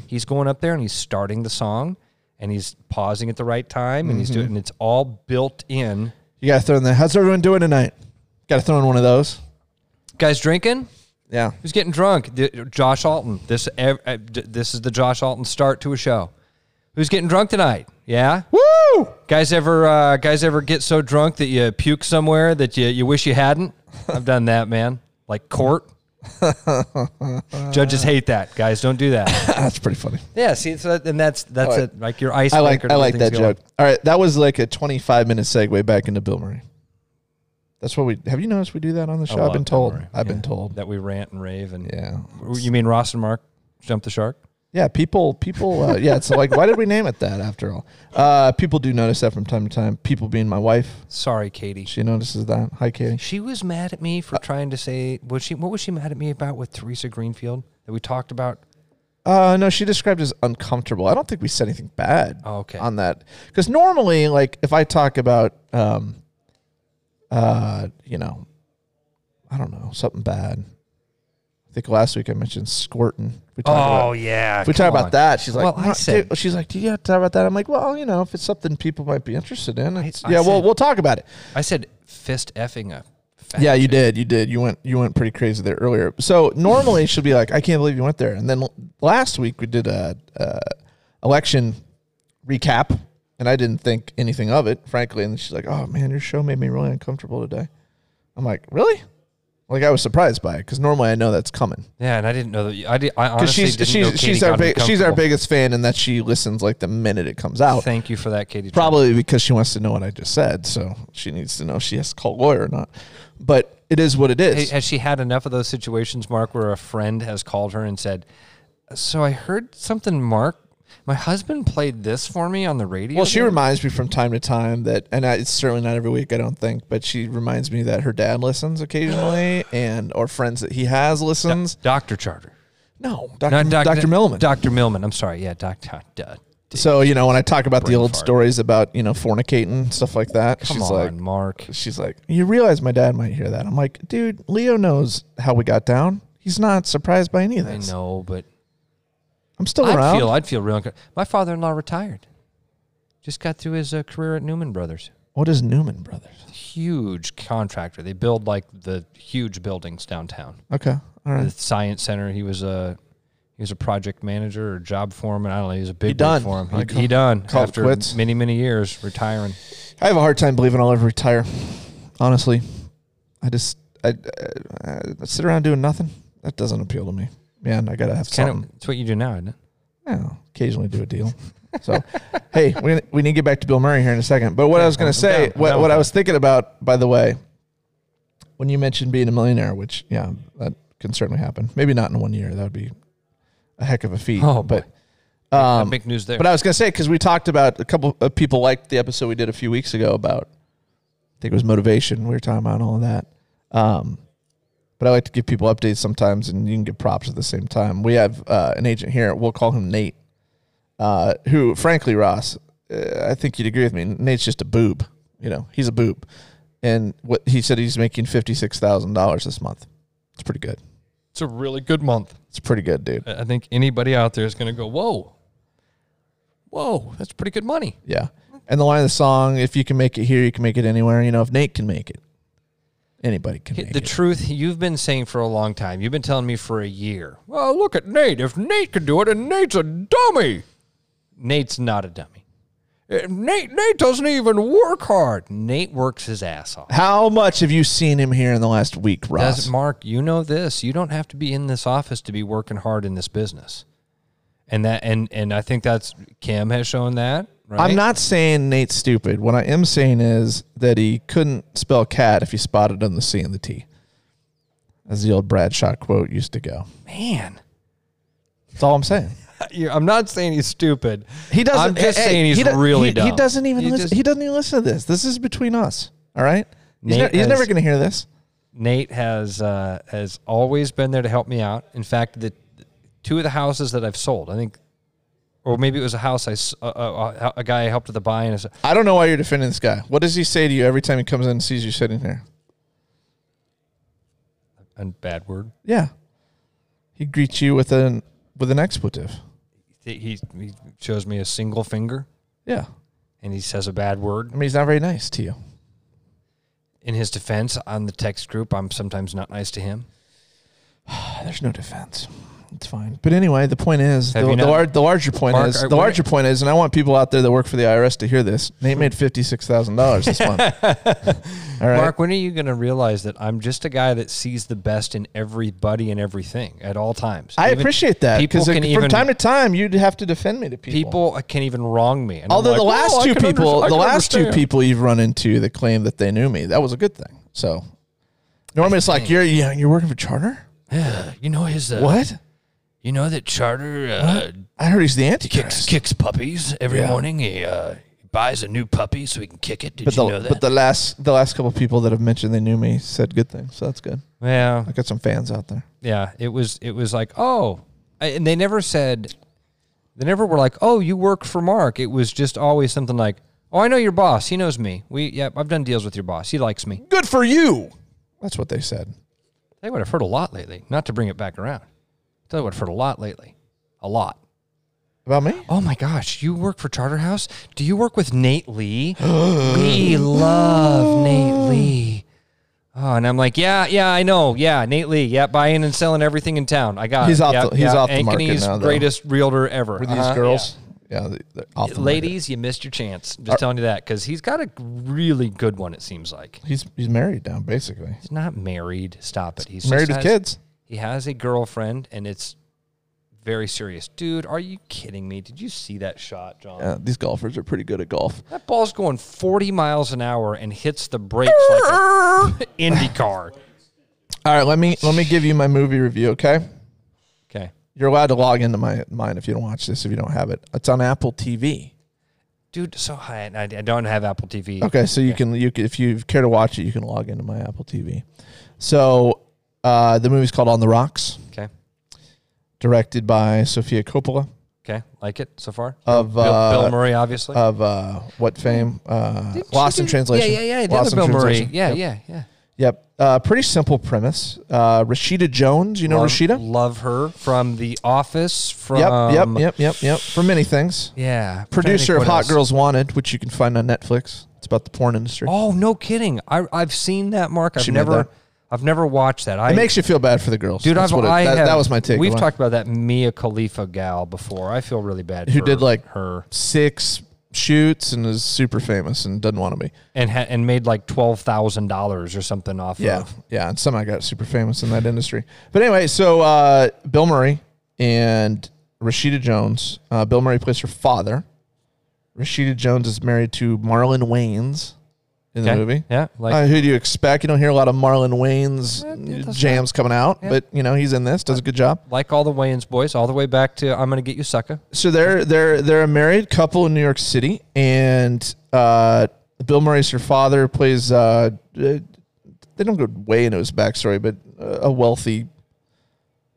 He's going up there and he's starting the song, and he's pausing at the right time, and he's doing, and it's all built in.
you got to throw in the. How's everyone doing tonight? Got to throw in one of those.
Guys, drinking.
Yeah,
Who's getting drunk? The, Josh Alton. This ev- uh, d- this is the Josh Alton start to a show. Who's getting drunk tonight? Yeah. Woo! Guys ever uh, guys ever get so drunk that you puke somewhere that you, you wish you hadn't? I've done that, man. Like court. Judges hate that. Guys, don't do that.
Ah, that's pretty funny.
yeah. See, so that, and that's that's
I-
it. Like your ice.
Oh, I like I like that joke. All right, that was like a 25 minute segue back into Bill Murray. That's what we have. You noticed we do that on the show. I've been told. I've been told.
that we rant and rave and
Yeah,
You mean Ross and Mark jump the shark?
yeah. People, people. Uh, yeah, it's like why did we name it that after all? Uh, people do notice that from time to time. People being my wife,
Sorry, Katie.
she notices that. Hi, Katie.
She was mad at me for
Uh,
trying to say was she what was she mad at me about with Teresa Greenfield that we talked about?
Uh, no, she described it as uncomfortable. I don't think we said anything bad
Oh, okay.
on that. Because normally, like, if I talk about, um, uh, you know, I don't know, something bad, I think last week I mentioned squirting. We talked
Oh
about,
yeah.
if we talk
come
about
on.
that, she's like,
Well, I
"Nah,
said-
dude," she's like, do you have to talk about that? I'm like, well, you know, if it's something people might be interested in, it's,
I
yeah, well,
said-
we'll talk about it.
I said fist effing a. fat
Yeah, you
chick.
did. You did. You went. You went pretty crazy there earlier. So normally she'll be like, "I can't believe you went there." And then l- last week we did a, a election recap, and I didn't think anything of it, frankly. And she's like, "Oh man, your show made me really uncomfortable today." I'm like, "Really?" Like I was surprised by it because normally I know that's coming
Yeah, and I didn't know that. You, I did. I
because
honestly
she's
didn't know
she's
Katie
she's
got
our big, she's our
uncomfortable.
biggest fan, and that she listens like the minute it comes out.
Thank you for that, Katie.
Probably because she wants to know what I just said, so she needs to know if she has to call a lawyer or not. But it is what it is.
Hey, has she had enough of those situations, Mark, where a friend has called her and said, "So I heard something, Mark. My husband played this for me on the radio."
Well, she
the-
reminds me from time to time that, and I, it's certainly not every week, I don't think, but she reminds me that her dad listens occasionally, and or friends that he has listens.
Doctor Charter,
No,
Not
Dr.
doc-
Dr. Milliman.
Doctor Millman. I'm sorry. Yeah, Doctor. Duh.
so you know when I talk about the
Brain
old
fart.
stories about you know fornicating stuff like that,
Come
she's
on,
like, "Oh,
Mark.
she's like, you realize my dad might hear that. I'm like, dude, Leo knows how we got down. He's not surprised by any of
I
this.
know, but
I'm still
I'd
around.
feel I'd feel real. uncom- My father-in-law retired. Just got through his uh, career at Newman Brothers.
what is Newman Brothers?
Huge contractor. They build like the huge buildings downtown.
Okay, all
The
right.
science center. He was a he was a project manager or job foreman. I don't know. He was a big
done.
for him. He,
I call-
he done
call it
after
quits.
many many years retiring.
I have a hard time believing I'll ever retire. Honestly, I just I, I, I sit around doing nothing. That doesn't appeal to me. Man, I gotta have
Kind
something.
of, it's what you do now, isn't it?
Yeah, occasionally do a deal. So, hey, we, we need to get back to Bill Murray here in a second. But what I was
I'm
gonna say,
down. I'm
what
down
what
with
I
that.
was thinking about, by the way, when you mentioned being a millionaire, which yeah, that can certainly happen. Maybe not in one year. That would be a heck of a feat.
Oh, boy.
but um,
Big news there.
but I was gonna say because we talked about a couple of people liked the episode we did a few weeks ago about, I think it was motivation. We were talking about all of that. Um, but I like to give people updates sometimes, and you can give props at the same time. We have uh, an agent here. We'll call him Nate, uh, who, frankly, Ross, uh, I think you'd agree with me. Nate's just a boob. You know, he's a boob, and what he said he's making fifty six thousand dollars this month. It's pretty good.
it's a really good month.
It's pretty good, dude.
I I think anybody out there is going to go, whoa, whoa, that's pretty good money.
Yeah. And the line of the song, if you can make it here, you can make it anywhere. You know, if Nate can make it, anybody can make
the
it.
truth you've been saying for a long time. You've been telling me for a year. Well, look at Nate. If Nate can do it, and Nate's a dummy. Nate's not a dummy. Eh, Nate Nate doesn't even work hard. Nate works his ass off.
How much have you seen him here in the last week, Ross?
Does Mark, you know this. You don't have to be in this office to be working hard in this business. And that and and I think that's Kim has shown that, right?
I'm not saying Nate's stupid. What I am saying is that he couldn't spell cat if he spotted on the C and the T, as the old Bradshaw quote used to go.
man.
That's all I'm saying.
You- I'm not saying he's stupid.
He doesn't.
I'm just
hey,
saying he's
he do-
really
he,
dumb.
He doesn't even.
He
listen,
just-
he doesn't even listen to this. This is between us. All right. He's,
Nate
ne- he's
has-
never going to hear this.
Nate has uh, has always been there to help me out. In fact, the two of the houses that I've sold, I think, or maybe it was a house I s- uh, a- a- a- a guy I helped with the buy and I said,
I don't know why you're defending this guy. What does he say to you every time he comes in and sees you sitting here?
a bad word.
Yeah. He greets you with an with an expletive.
He, he he shows me a single finger
Yeah.
and he says a bad word.
I mean he's not very nice to you.
In his defense, on the text group, I'm sometimes not nice to him.
Ah, There's no defense. It's fine. But anyway, the point is the,
Have you
the,
not-
lar- the larger point
Mark,
is
are-
the larger point is, and I want people out there that work for the IRS to hear this. Nate made fifty six thousand dollars this month. All right.
Mark, when are you going to realize that I'm just a guy that sees the best in everybody and everything at all times?
I
Even-
appreciate that
people
because
can
from
even-
time to time you'd have to defend me to people.
People can even wrong me. And I'm
Although the
like,
last
"Well, I
two
can under-
people,
I
the
can
last two
understand."
people you've run into that claim that they knew me, that was a good thing. So normally it's like you're yeah, you're working for Charter.
You know his uh,
What?
You know that Charter uh,
I heard he's the antichrist.
kicks kicks puppies every
Yeah.
morning. He uh, buys a new puppy so he can kick it. Did
But
you
the
know that?
but the last the last couple people that have mentioned they knew me said good things, so that's good.
yeah,
I got some fans out there.
yeah. It was it was like oh, I- and they never said, they never were like oh you work for Mark. It was just always something like oh I know your boss. He knows me. We yeah I've done deals with your boss. He likes me.
Good for you. That's what they said.
Tell you what, I've heard a lot lately. Not to bring it back around. Tell you what, I've heard a lot lately. A lot.
About me?
Oh my gosh, you work for Charterhouse? Do you work with Nate Lee? we love Nate Lee. Oh, and I'm like, yeah, yeah, I know. Yeah, Nate Lee. Yeah, buying and selling everything in town. I got
He's
it.
off
Yep,
the- he's off the
Ankeny-'s
market now, though.
greatest realtor ever.
For these
Uh-huh,
girls?
yeah.
Yeah, they- they're off the market.
Ladies, you missed your chance. I'm just telling you that because he's got a really good one, it seems like.
He's he's married now, basically.
He's not married. Stop it. He's just
married with
has-
kids.
He has a girlfriend, and it's very serious. Dude, are you kidding me? Did you see that shot, John?
Yeah, these golfers are pretty good at golf.
That ball's going 40 miles an hour and hits the brakes like an IndyCar.
All right, let me let me give you my movie review, okay?
Okay.
You're allowed to log into my mine if you don't watch this if you don't have it. It's on Apple TV.
Dude, so high. and I, I don't have Apple TV.
Okay, so you can you can, if you care to watch it, you can log into my Apple TV. So uh, the movie's called On the Rocks,
Okay.
directed by Sofia Coppola
Okay. Like it so far?
Of,
Bill,
uh,
Bill Murray, obviously.
of uh, what fame? Uh,
Didn't she
Lost in
do-
Translation.
Yeah, yeah, yeah. The
Lost
other Bill
in
Murray.
Translation.
Yeah,
Yep.
yeah, yeah.
Yep. Uh, pretty simple premise. Uh, Rashida Jones, you know
Love-
Rashida?
Love her from The Office. From
Yep, yep, yep, yep, yep. For many things.
Yeah. I'm trying to
Producer
think
of
what
Hot
else.
Girls Wanted, which you can find on Netflix. It's about the porn industry.
Oh, no kidding. I, I've seen that, Mark. I've
She made
never
that.
I've never watched that. I,
it makes you feel bad for the girls.
Dude,
That's
I've,
what it-
I
that,
have,
that was my take.
We've talked about that Mia Khalifa gal before. I feel really bad.
who
for
did like
her
six shoots and is super famous and doesn't want to be.
and ha- and made like twelve thousand dollars or something off.
Yeah,
of.
yeah, and somehow got super famous in that industry. But anyway, so uh, Bill Murray and Rashida Jones. Uh, Bill Murray plays her father. Rashida Jones is married to Marlon Wayans in the
Okay.
movie.
Yeah, like
uh, who do you expect? You don't hear a lot of Marlon Wayans jams coming out, but you know he's in this. Does a good job.
like all the Wayans boys, all the way back to I'm gonna get you sucker.
so they're they're they're a married couple in New York City, and uh, Bill Murray's her father plays. Uh, uh, they don't go way into his backstory, but uh, a wealthy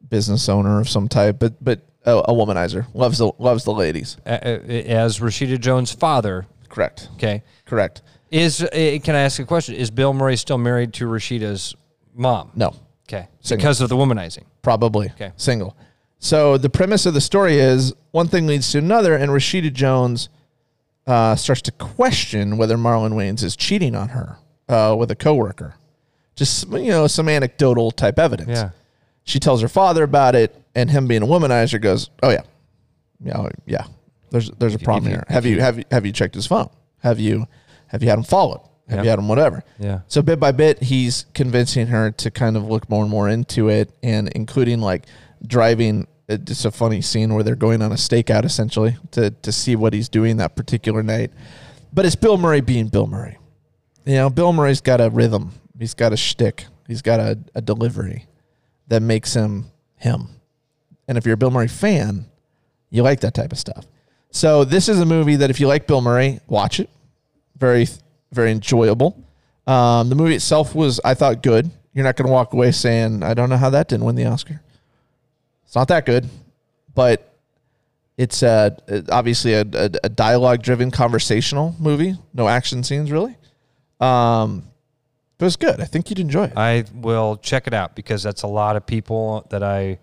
business owner of some type, but but a, a womanizer loves the loves the ladies.
Uh, uh, as Rashida Jones' father.
Correct.
Okay,
Correct.
is uh, can I ask a question? Is Bill Murray still married to Rashida's mom?
No,
Okay,
Single.
because of the womanizing.
probably
Okay.
single. So the premise of the story is one thing leads to another, and Rashida Jones uh, starts to question whether Marlon Wayans is cheating on her uh, with a coworker. Just you know, some anecdotal type evidence. She tells her father about it, and him being a womanizer goes, "Oh yeah, yeah, oh, yeah. There's there's a problem here. Have you have you have you checked his phone? Have you have you had him followed? Have
Yeah.
you had him whatever?
Yeah.
So bit by bit, he's convincing her to kind of look more and more into it, and including like driving. uh, It's a funny scene where they're going on a stakeout essentially to to see what he's doing that particular night. But it's Bill Murray being Bill Murray. You know, Bill Murray's got a rhythm. He's got a shtick. He's got a, a delivery that makes him him. And if you're a Bill Murray fan, you like that type of stuff. So this is a movie that if you like Bill Murray, watch it. Very, very enjoyable. Um, the movie itself was, I thought, good. You're not going to walk away saying, "I don't know how that didn't win the Oscar." It's not that good, but it's uh, obviously a, a, a dialogue-driven conversational movie. No action scenes really. Um, it was good. I think you'd enjoy it.
I will check it out because that's a lot of people that I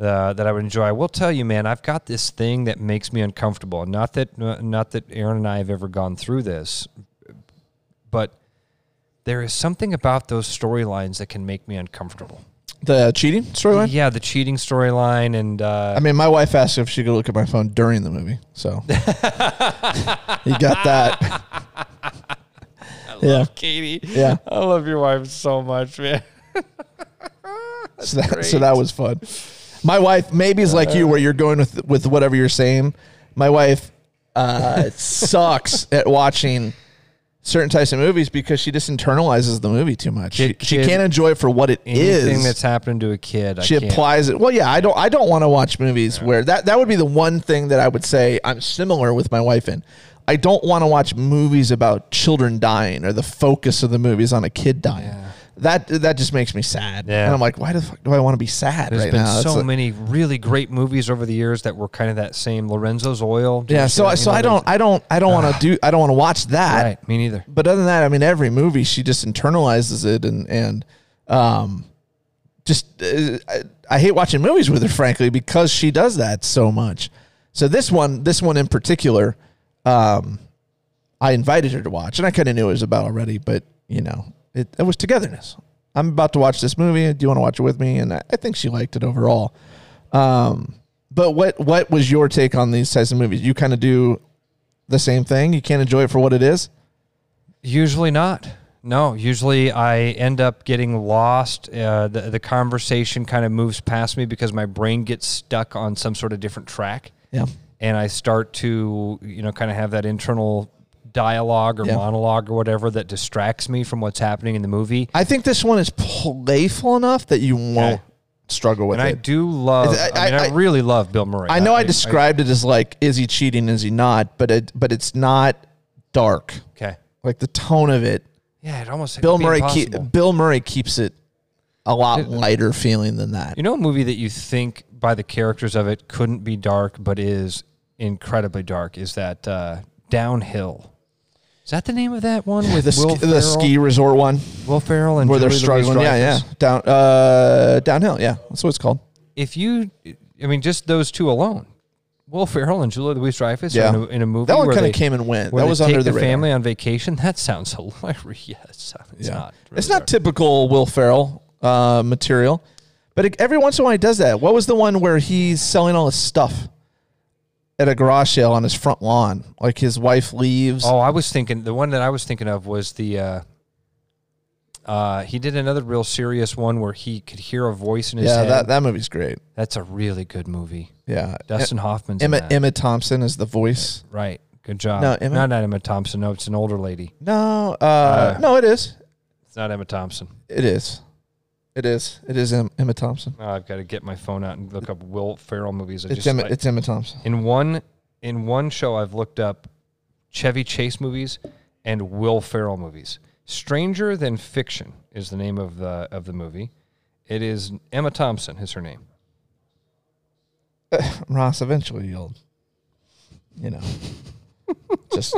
uh, that I would enjoy. I will tell you, man, I've got this thing that makes me uncomfortable. Not that uh, not that Aaron and I have ever gone through this, but there is something about those storylines that can make me uncomfortable.
The cheating storyline.
Yeah, the cheating storyline and uh,
I mean, my wife asked if she could look at my phone during the movie, so you got that. yeah,
Katie.
yeah.
I love your wife so much, man.
So that, so that was fun. My wife maybe is like you, where you're going with with whatever you're saying. My wife uh, sucks at watching certain types of movies because she just internalizes the movie too much. She,
Kid-
she
kid-
can't enjoy it for what it is.
Anything that's happened to a kid,
she
I can't.
applies it. Well, yeah, I don't. I don't want to watch movies where that that would be the one thing that I would say I'm similar with my wife in. I don't want to watch movies about children dying or the focus of the movies on a kid dying. That that just makes me sad.
Yeah.
And I'm like, why the fuck do I want to be sad
There's
right
been
now? It's
so
like-
many really great movies over the years that were kind of that same Lorenzo's Oil.
Yeah. So I-
You
so
know,
I don't I don't I don't want to do I don't want to watch that.
Right. Me neither.
But other than that, I mean, every movie she just internalizes it and and um, just uh, I, I hate watching movies with her, frankly, because she does that so much. So this one, this one in particular, um, I invited her to watch, and I kind of knew it was about already, but you know, it, it was togetherness. I'm about to watch this movie. Do you want to watch it with me? And I, I think she liked it overall. Um, but what what was your take on these types of movies? You kind of do the same thing. You can't enjoy it for what it is.
Usually not. No, usually I end up getting lost. Uh, the, the conversation kind of moves past me because my brain gets stuck on some sort of different track.
Yeah.
And I start to, you know, kind of have that internal dialogue or
Yeah.
monologue or whatever that distracts me from what's happening in the movie.
I think this one is playful enough that you won't
Okay.
struggle with
And I
it.
do love,
I-
I, mean, I,
I-
really love Bill Murray.
I know I, described it as like, is he cheating? Is he not? But it, but it's not dark.
okay.
Like the tone of it,
Yeah, it almost
Bill
it'd be
Murray. Ke-
impossible.
Bill Murray keeps it a lot lighter feeling than that.
You know a movie that you think by the characters of it couldn't be dark, but is incredibly dark. Is that uh, Downhill? Is that the name of that one with
the
Will
ski,
Ferrell?
the ski resort one
Will Ferrell and
where they're
Julie
struggling. Yeah, yeah.
Louis-Dreyfus.
Down uh, downhill. Yeah, that's what it's called.
If you, I mean, just those two alone, Will Ferrell and Julia Louis Dreyfus
Yeah.
in, a, in a movie.
That one
where
kinda
they-
came and went.
where
That
they
was
take
under the
the,
radar.
family on vacation. That sounds hilarious. It's not. really
it's not
dark.
typical Will Ferrell uh, material, but it, every once in a while he does that. What was the one where he's selling all his stuff at a garage sale on his front lawn? Like his wife leaves.
Oh, I was thinking the one that I was thinking of was the. Uh, uh, he did another real serious one where he could hear a voice in his
yeah,
head.
that, that movie's great.
That's a really good movie.
Yeah,
Dustin Hoffman's in
Emma
that.
Emma Thompson is the voice.
Right. Good job.
No, Emma-
Not, not Emma Thompson. No, it's an older lady.
No, uh, no, it is.
It's not Emma Thompson.
It is. It is. It is Em- Emma Thompson.
Oh, I've got to get my phone out and look up Will Ferrell movies. I
It's
just,
Emma.
like-
it's Emma Thompson.
in one in one show I've looked up Chevy Chase movies and Will Ferrell movies. Stranger Than Fiction is the name of the of the movie. It is Emma Thompson is her name.
Ross, eventually you'll, you know, just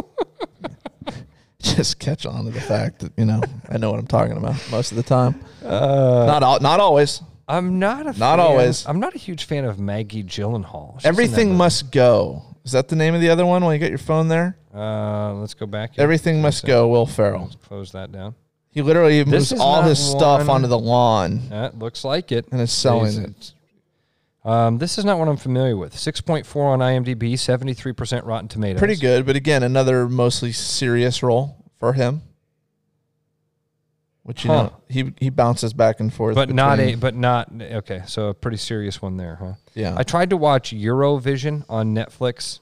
just catch on to the fact that you know I know what I'm talking about most of the time.
Uh,
not all, not always.
I'm not
Not
a fan-
always.
I'm not a huge fan of Maggie Gyllenhaal. She's in that
Everything
movie.
must go. Is that the name of the other one? When you get your phone there,
Uh, let's go back. here.
everything must go. Will Ferrell.
Let's close that down.
He literally moves
is
all
not
his stuff
one-
onto the lawn.
That looks like it.
And it's selling
Jeez,
it.
it's- Um, this is not what I'm familiar with. 6.4 on IMDb, 73% Rotten Tomatoes.
Pretty good, but again, another mostly serious role for him. Which you
Huh.
know, he he bounces back and forth,
But not a,
between-
but not okay. So a pretty serious one there, huh?
Yeah.
I tried to watch Eurovision on Netflix.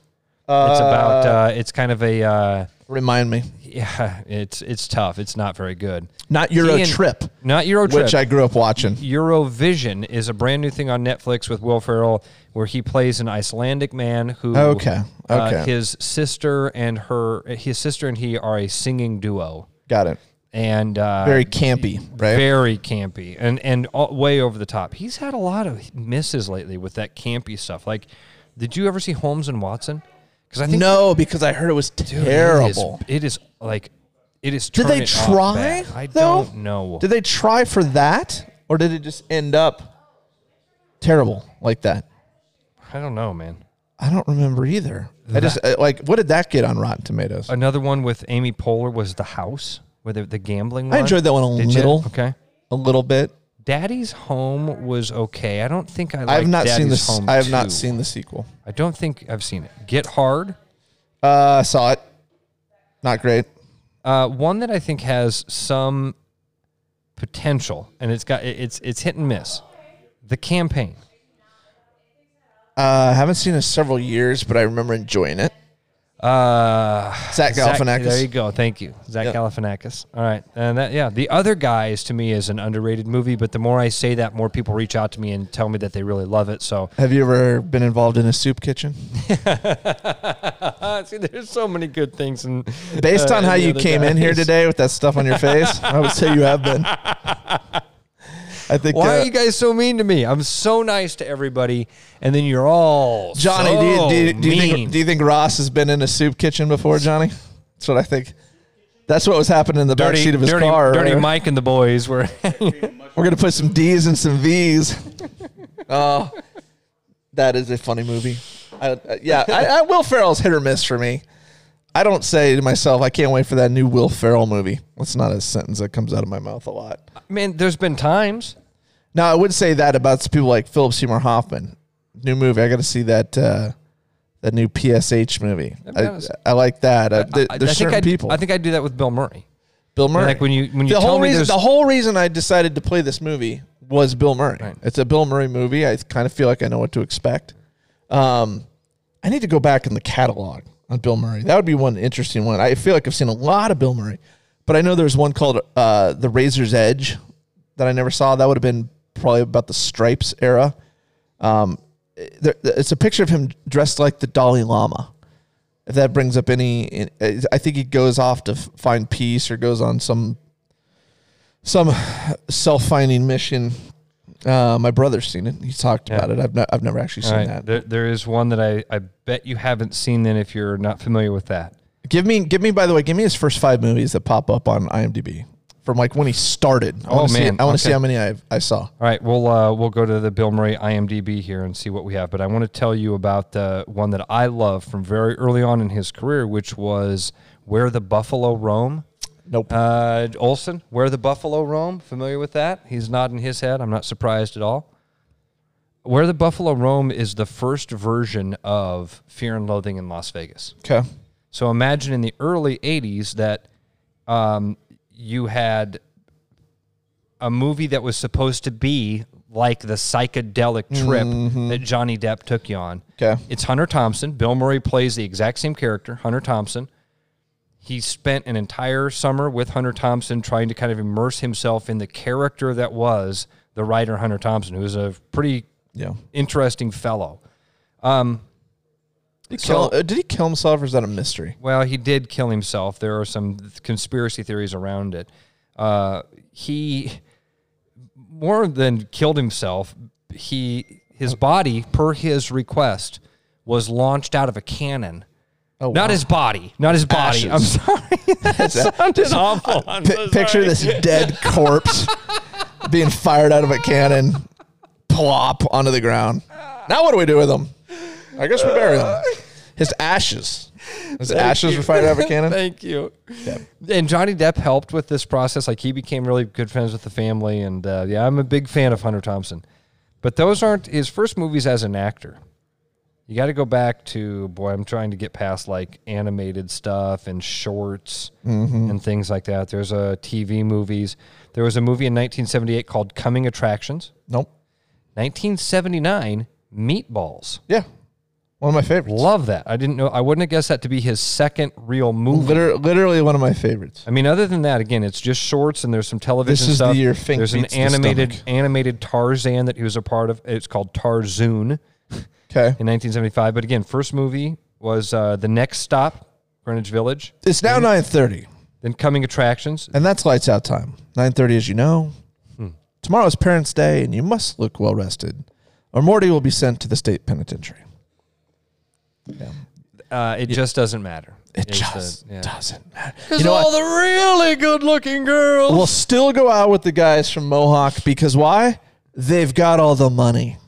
it's about. Uh, it's kind of a. Uh,
Remind me,
yeah, it's it's tough. It's not very good.
not Euro
He and-
trip.
Not Euro
which I grew up watching.
Eurovision is a brand new thing on Netflix with Will Ferrell, where he plays an Icelandic man who
Okay,
uh,
okay.
his sister and her his sister and he are a singing duo
Got it.
and uh,
Very campy, right?
very campy and and all, way over the top. He's had a lot of misses lately with that campy stuff. Like, did you ever see Holmes and Watson? Because I think
no, because I heard it was terrible.
It is, it is like it is.
Did
turn
they
it off
try?
bad. I
though?
don't know.
Did they try for that, or did it just end up terrible like that?
I don't know, man.
I don't remember either. I just I- like what did that get on Rotten Tomatoes?
Another one with Amy Poehler was The House, where the, the gambling.
I enjoyed that one a
Did you?
little,
Okay.
a little bit.
Daddy's Home was okay. I don't think I. Liked
I have not
Daddy's
seen this.
Home
I have not
2.
seen the sequel.
I don't think I've seen it. Get Hard.
Uh, saw it. Not great.
Uh, one that I think has some potential, and it's got it- it's it's hit and miss. The campaign.
Uh, haven't seen it in several years, but I remember enjoying it.
Uh,
Zach
Zach-
Galifianakis.
there you go. Thank you, Zach
Yeah.
Galifianakis. All right, and that yeah, the other guys to me is an underrated movie, but the more I say that, more people reach out to me and tell me that they really love it. So
Have you ever been involved in a soup kitchen?
uh, see, there's so many good things and
Based on
Uh,
how
the
you
other
came in here
guys.
today with that stuff on your face, I would say you have been. I think
Why
uh,
are you guys so mean to me? I'm so nice to everybody, and then you're all
Johnny, do you, do, you, do, you
mean.
think, do you think Ross has been in a soup kitchen before, Johnny? That's what I think. That's what was happening in the back
Dirty,
seat of his
dirty,
car.
dirty
right?
Mike and the boys were.
We're gonna put some D's and some V's. Oh, that is a funny movie. I, I- yeah, I, I, Will Ferrell's hit or miss for me. I don't say to myself, I can't wait for that new Will Ferrell movie. That's not a sentence that comes out of my mouth a lot.
Man, there's been times.
Now, I would say that about people like Philip Seymour Hoffman. New movie. I got to see that uh, that new PSH movie. I,
honest.
I like that. Uh, there-
I-
there's
I think
certain
I'd-
people.
I think I do that with Bill Murray.
Bill Murray.
Like when you- when you
the
tell
whole
me
reason
there's-
the whole reason I decided to play this movie was Bill Murray. It's a Bill Murray movie. I kind of feel like I know what to expect. Um, I need to go back in the catalog on Bill Murray. That would be one interesting one. I feel like I've seen a lot of Bill Murray, but I know there's one called uh, The Razor's Edge that I never saw. That would have been probably about the Stripes era. Um, there, it's a picture of him dressed like the Dalai Lama if that brings up any i think he goes off to f- find peace or goes on some some self-finding mission uh, my brother's seen it he's talked about it i've, not, I've never actually seen
All right,
that
There, there is one that I, I bet you haven't seen. Then, if you're not familiar with that,
give me give me by the way give me his first five movies that pop up on imdb from like when he started i
Oh,
want to see,
man.
I wanna see
Okay.
how many i i saw
All right, we'll uh, we'll go to the Bill Murray IMDb here and see what we have. But I want to tell you about the one that I love from very early on in his career, which was "Where the Buffalo Roam."
nope
Uh, Olson, "Where the Buffalo Roam." Familiar with that? He's nodding his head. I'm not surprised at all. "Where the Buffalo Roam" is the first version of Fear and Loathing in Las Vegas.
okay
So imagine in the early 80s that um, you had a movie that was supposed to be like the psychedelic trip that Johnny Depp took you on.
'Kay.
It's Hunter Thompson. Bill Murray plays the exact same character, Hunter Thompson. He spent an entire summer with Hunter Thompson trying to kind of immerse himself in the character that was the writer Hunter Thompson, who was a pretty
yeah
interesting fellow.
did he,
So-
kill, uh, did he kill himself or is that a mystery
Well, he did kill himself. There are some th- conspiracy theories around it. Uh, he more than killed himself. He his body, per his request, was launched out of a cannon.
oh
Not
wow.
his body. Not his body. I'm
Ashes.
sorry. That sounded awful. I'm
Pi-
so
picture
sorry.
this dead corpse being fired out of a cannon, plop onto the ground. Now what do we do with him? I guess we bury him. His ashes. His ashes were fired out of a cannon.
Thank you. And Johnny Depp helped with this process. Like he became really good friends with the family, and uh, yeah, I'm a big fan of Hunter Thompson. But those aren't his first movies as an actor. You got to go back to boy. I'm trying to get past like animated stuff and shorts and things like that. There's a TV movies. There was a movie in 1978 called Coming Attractions.
Nope.
1979 Meatballs.
Yeah. One of my favorites.
Love that. I didn't know. I wouldn't have guessed that to be his second real movie.
Liter- literally one of my favorites.
I mean, other than that, again, it's just shorts and there's some television
is the
stuff.
year Fink
there's an
beats the
animated
stomach.
animated Tarzan that he was a part of. It's called Tarzoon
Okay.
in 1975. But again, first movie was uh, The Next Stop, Greenwich Village.
It's now 9.30,
Then Coming Attractions.
and that's lights out time. 9.30, as you know. Hmm. Tomorrow's Parents' Day, and you must look well rested, or Morty will be sent to the state penitentiary.
Uh, it just doesn't matter.
It
Is the-
just
yeah.
doesn't matter.
Because all the really good-looking girls.
We'll still go out with the guys from Mohawk because why? They've got all the money.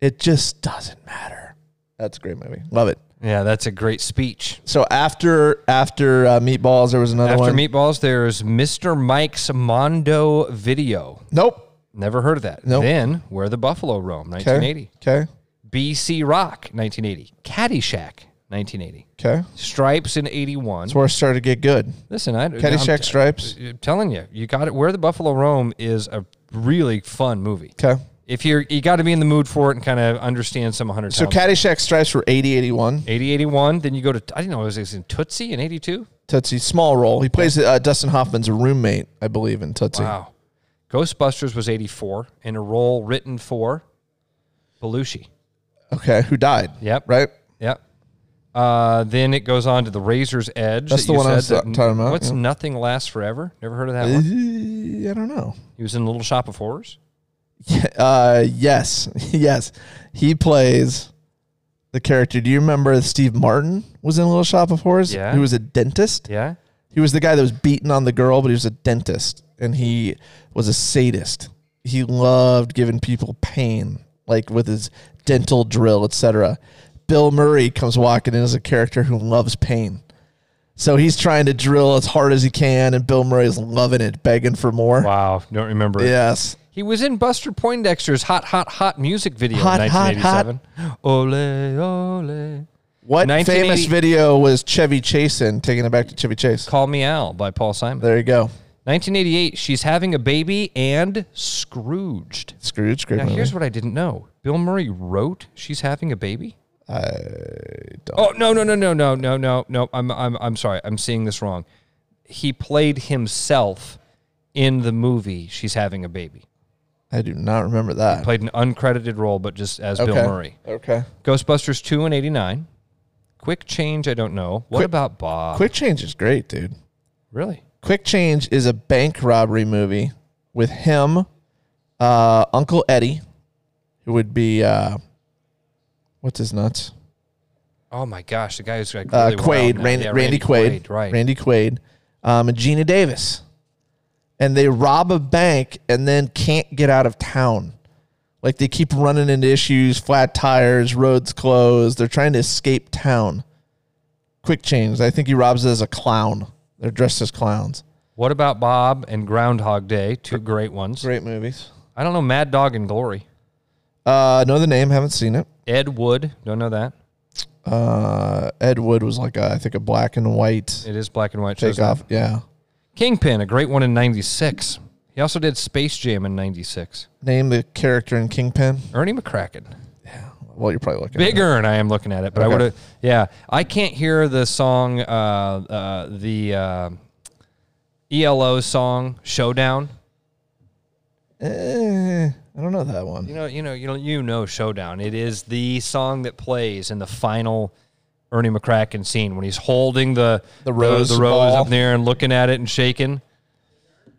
It just doesn't matter. That's a great movie. Love it.
yeah, that's a great speech.
So after after uh, Meatballs, there was another
After
one.
Meatballs, there's Mr. Mike's Mondo Video.
nope.
Never heard of that.
Nope.
Then Where the Buffalo Roam, 1980.
Okay. Okay.
BC Rock, 1980. Caddyshack, 1980.
Okay.
Stripes in 81.
That's where it started to get good.
Listen, I
Caddyshack
I'm,
Stripes.
I'm telling you, you got it. Where the Buffalo Roam is a really fun movie.
Okay.
If you're, you got to be in the mood for it and kind of understand some 100
So
times.
Caddyshack Stripes were 80 81.
80, 81. Then you go to, I didn't know it was, it was in Tootsie in 82.
Tootsie, small role. He plays uh, Dustin Hoffman's roommate, I believe, in Tootsie.
Wow. Ghostbusters was 84 in a role written for Belushi.
Okay. Who died?
Yep.
Right?
Yep. Uh, then it goes on to the Razor's Edge.
That's
that
the
you
one I
said
was uh,
that-
talking about,
What's
yeah. Eh.
Nothing Lasts Forever? Never heard of that one?
I don't know.
He was in Little Shop of Horrors.
Uh, yes, yes, he plays the character. Do you remember Steve Martin was in Little Shop of Horrors?
Yeah.
he was a dentist.
Yeah.
He was the guy that was beating on the girl, but he was a dentist and he was a sadist. He loved giving people pain, like with his dental drill, etc. Bill Murray comes walking in as a character who loves pain. So he's trying to drill as hard as he can, and Bill Murray's loving it, begging for more.
Wow, don't remember it.
Yes.
He was in Buster Poindexter's Hot Hot Hot music video
Hot,
in
hot, hot.
1987. Ole ole.
What
1980
famous video was Chevy Chase in, taking it back to Chevy Chase?
Call Me Al by Paul Simon.
There you go.
1988, she's having a baby and Scrooged.
Scrooge, great
Now,
movie.
here's what I didn't know. Bill Murray wrote she's having a baby?
don't-
Oh, no, no, no, no, no, no, no, no. I'm, I'm, I'm sorry. I'm seeing this wrong. He played himself in the movie She's Having a Baby.
I do not remember that.
Played an uncredited role, but just as Bill Murray.
Okay.
Ghostbusters 2 and 89. Quick Change, I don't know. What
Quick-
about Bob?
Quick Change is great, dude.
Really?
Quick Change is a bank robbery movie with him, uh, Uncle Eddie, who would be uh, what's his nuts?
Oh my gosh, the guy who's like
Uh,
really wild
Quaid,
now.
Ran-
Yeah,
Randy, Quaid,
right?
Randy Quaid, um, and Gina Davis, and they rob a bank and then can't get out of town. Like they keep running into issues, flat tires, roads closed. They're trying to escape town. Quick Change. I think he robs it as a clown. They're dressed as clowns.
What about Bob and Groundhog Day? Two great ones.
Great movies.
I don't know Mad Dog and Glory.
Uh, know the name, haven't seen it.
Ed Wood, don't know that.
Uh, Ed Wood was like a, I think a black and white
It is black and white. shows
take
that.
off. Yeah.
Kingpin, a great one in '96. He also did Space Jam in '96.
Name the character in Kingpin.
Ernie McCracken,
Well, you're probably looking.
Big Ern. I am looking at it, but I
Okay.
would have. Yeah, I can't hear the song, uh, uh, the uh, ELO song "Showdown."
At it. Eh, I don't know that
You
one.
know, you know, you know, you know, Showdown. It is the song that plays in the final Ernie McCracken scene when he's holding the
The rose
the, rose
ball.
up there and looking at it and shaking.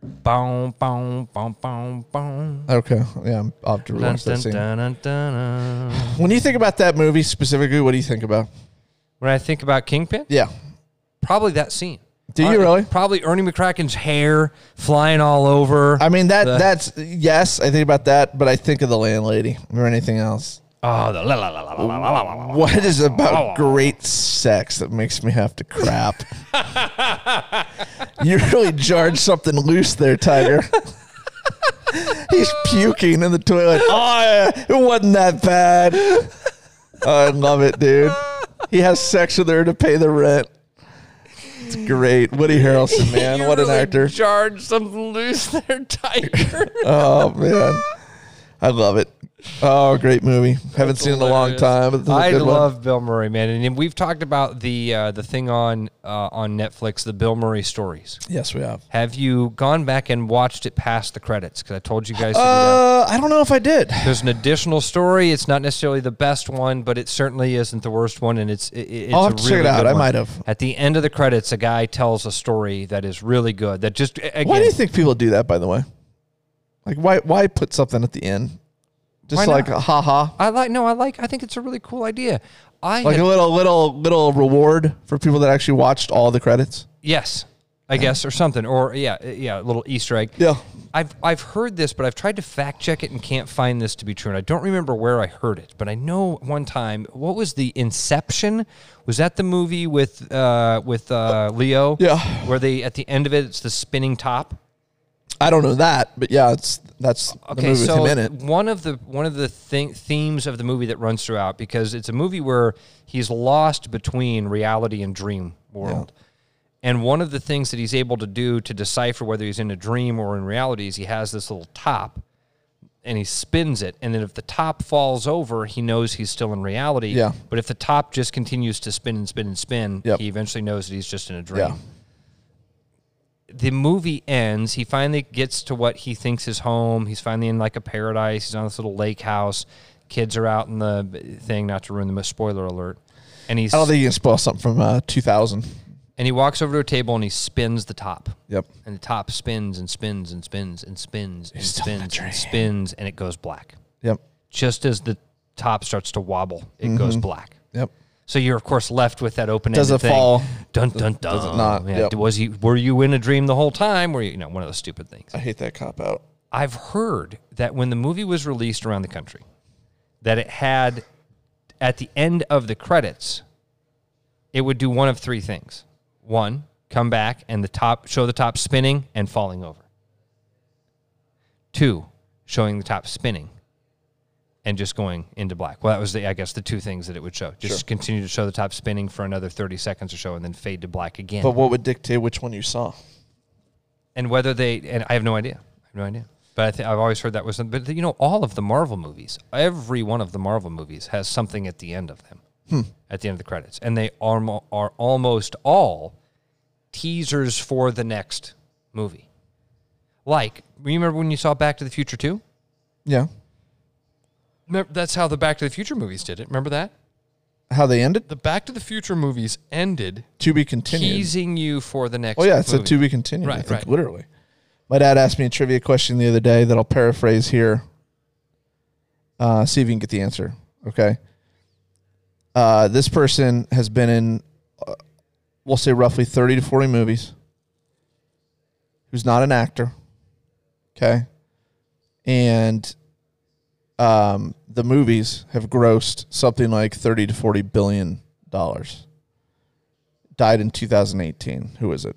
Boom, boom, boom, boom, boom.
Okay. Yeah, I'm off to
Dun,
rewatch that
dun,
scene.
dun, dun, dun, dun.
When you think about that movie specifically, what do you think about?
When I think about Kingpin,
Yeah.
probably that scene.
Do you
Uh,
really?
Probably Ernie McCracken's hair flying all over.
I mean that.
The-
that's yes. I think about that, but I think of the landlady or anything else.
oh, the la la la la la la la la. la.
What is about great sex that makes me have to crap? you really jarred something loose there, Tiger. He's puking in the toilet. Oh, yeah, it wasn't that bad. I love it, dude. He has sex with her to pay the rent. It's great. Woody Harrelson, man.
You
what an
really
actor.
Charged something loose there, Tiger.
Oh, man. I love it. Oh, great movie. Haven't seen it in a long
hilarious.
time. but it's a
I
good one.
love Bill Murray, man, and we've talked about the uh, the thing on uh, on Netflix, the Bill Murray stories.
Yes, we have.
Have you gone back and watched it past the credits? Because I told you guys to do that.
Uh, I don't know if I did.
there's an additional story. It's not necessarily the best one, but it certainly isn't the worst one, and it's, it, it's
I'll
a
have to check it
really
out.
good
I
one.
might have.
At the end of the credits, a guy tells a story that is really good. That just a- again,
Why do you think people do that? By the way, like why why put something at the end? Just
Why
like
not?
a ha ha,
I like. No, I like. I think it's a really cool idea. I
like
had-
a little little little reward for people that actually watched all the credits.
Yes, I guess, or something, or yeah, eh, yeah, a little Easter egg.
Yeah.
I've I've heard this, but I've tried to fact check it and can't find this to be true. And I don't remember where I heard it, but I know one time. What was the Inception? Was that the movie with uh, with uh, Leo?
Yeah.
where they at the end of it, it's the spinning top.
I don't know that, but yeah, it's that's the
Okay,
movie
so
with him in it.
one of the one of the thing, themes of the movie that runs throughout because it's a movie where he's lost between reality and dream world. And one of the things that he's able to do to decipher whether he's in a dream or in reality is he has this little top and he spins it and then if the top falls over, he knows he's still in reality.
Yeah.
But if the top just continues to spin and spin and spin,
Yep.
he eventually knows that he's just in a dream
Yeah,
the movie ends. He finally gets to what he thinks is home. He's finally in like a paradise. He's on this little lake house. Kids are out in the thing. Not to ruin the spoiler alert. And he's
I don't think you can spoil something from uh, 2000.
and he walks over to a table and he spins the top.
Yep.
And the top spins and spins and spins and spins and
still in the
spins
dream.
and spins and it goes black.
Yep,
Just as the top starts to wobble, it goes black.
yep.
So you're of course left with that open.
Mm-hmm. Does it
thing.
fall?
Dun dun dun.
does it not?
Yeah.
Yep.
Was he? Were you in a dream the whole time? Were you? You know, one of those stupid things.
I hate that cop out.
I've heard that when the movie was released around the country, that it had at the end of the credits, it would do one of three things. One, come back and the top show the top spinning and falling over. Two, showing the top spinning and just going into black. Well, that was the I guess the two things that it would show. Just continue to show the top spinning for another 30 seconds or so and then fade to black again.
But what would dictate which one you saw?
and whether they and I have no idea. I have no idea. But I th- I've always heard that was something. But you know, all of the Marvel movies, every one of the Marvel movies has something at the end of them,
Hmm.
at the end of the credits, and they are mo- are almost all teasers for the next movie. Like, you remember when you saw Back to the Future Two?
Yeah.
Remember, that's how the Back to the Future movies did it. Remember that?
How they ended?
The Back to the Future movies ended
To be continued.
teasing you for the next.
Oh yeah, it's a
movie.
to be continued. I
Right,
think,
right.
literally. My dad asked me a trivia question the other day that I'll paraphrase here. Uh, see if you can get the answer. Okay. Uh, this person has been in, uh, we'll say, roughly thirty to forty movies. Who's not an actor. Okay. And um, the movies have grossed something like thirty to forty billion dollars. Died in 2018. Who is it?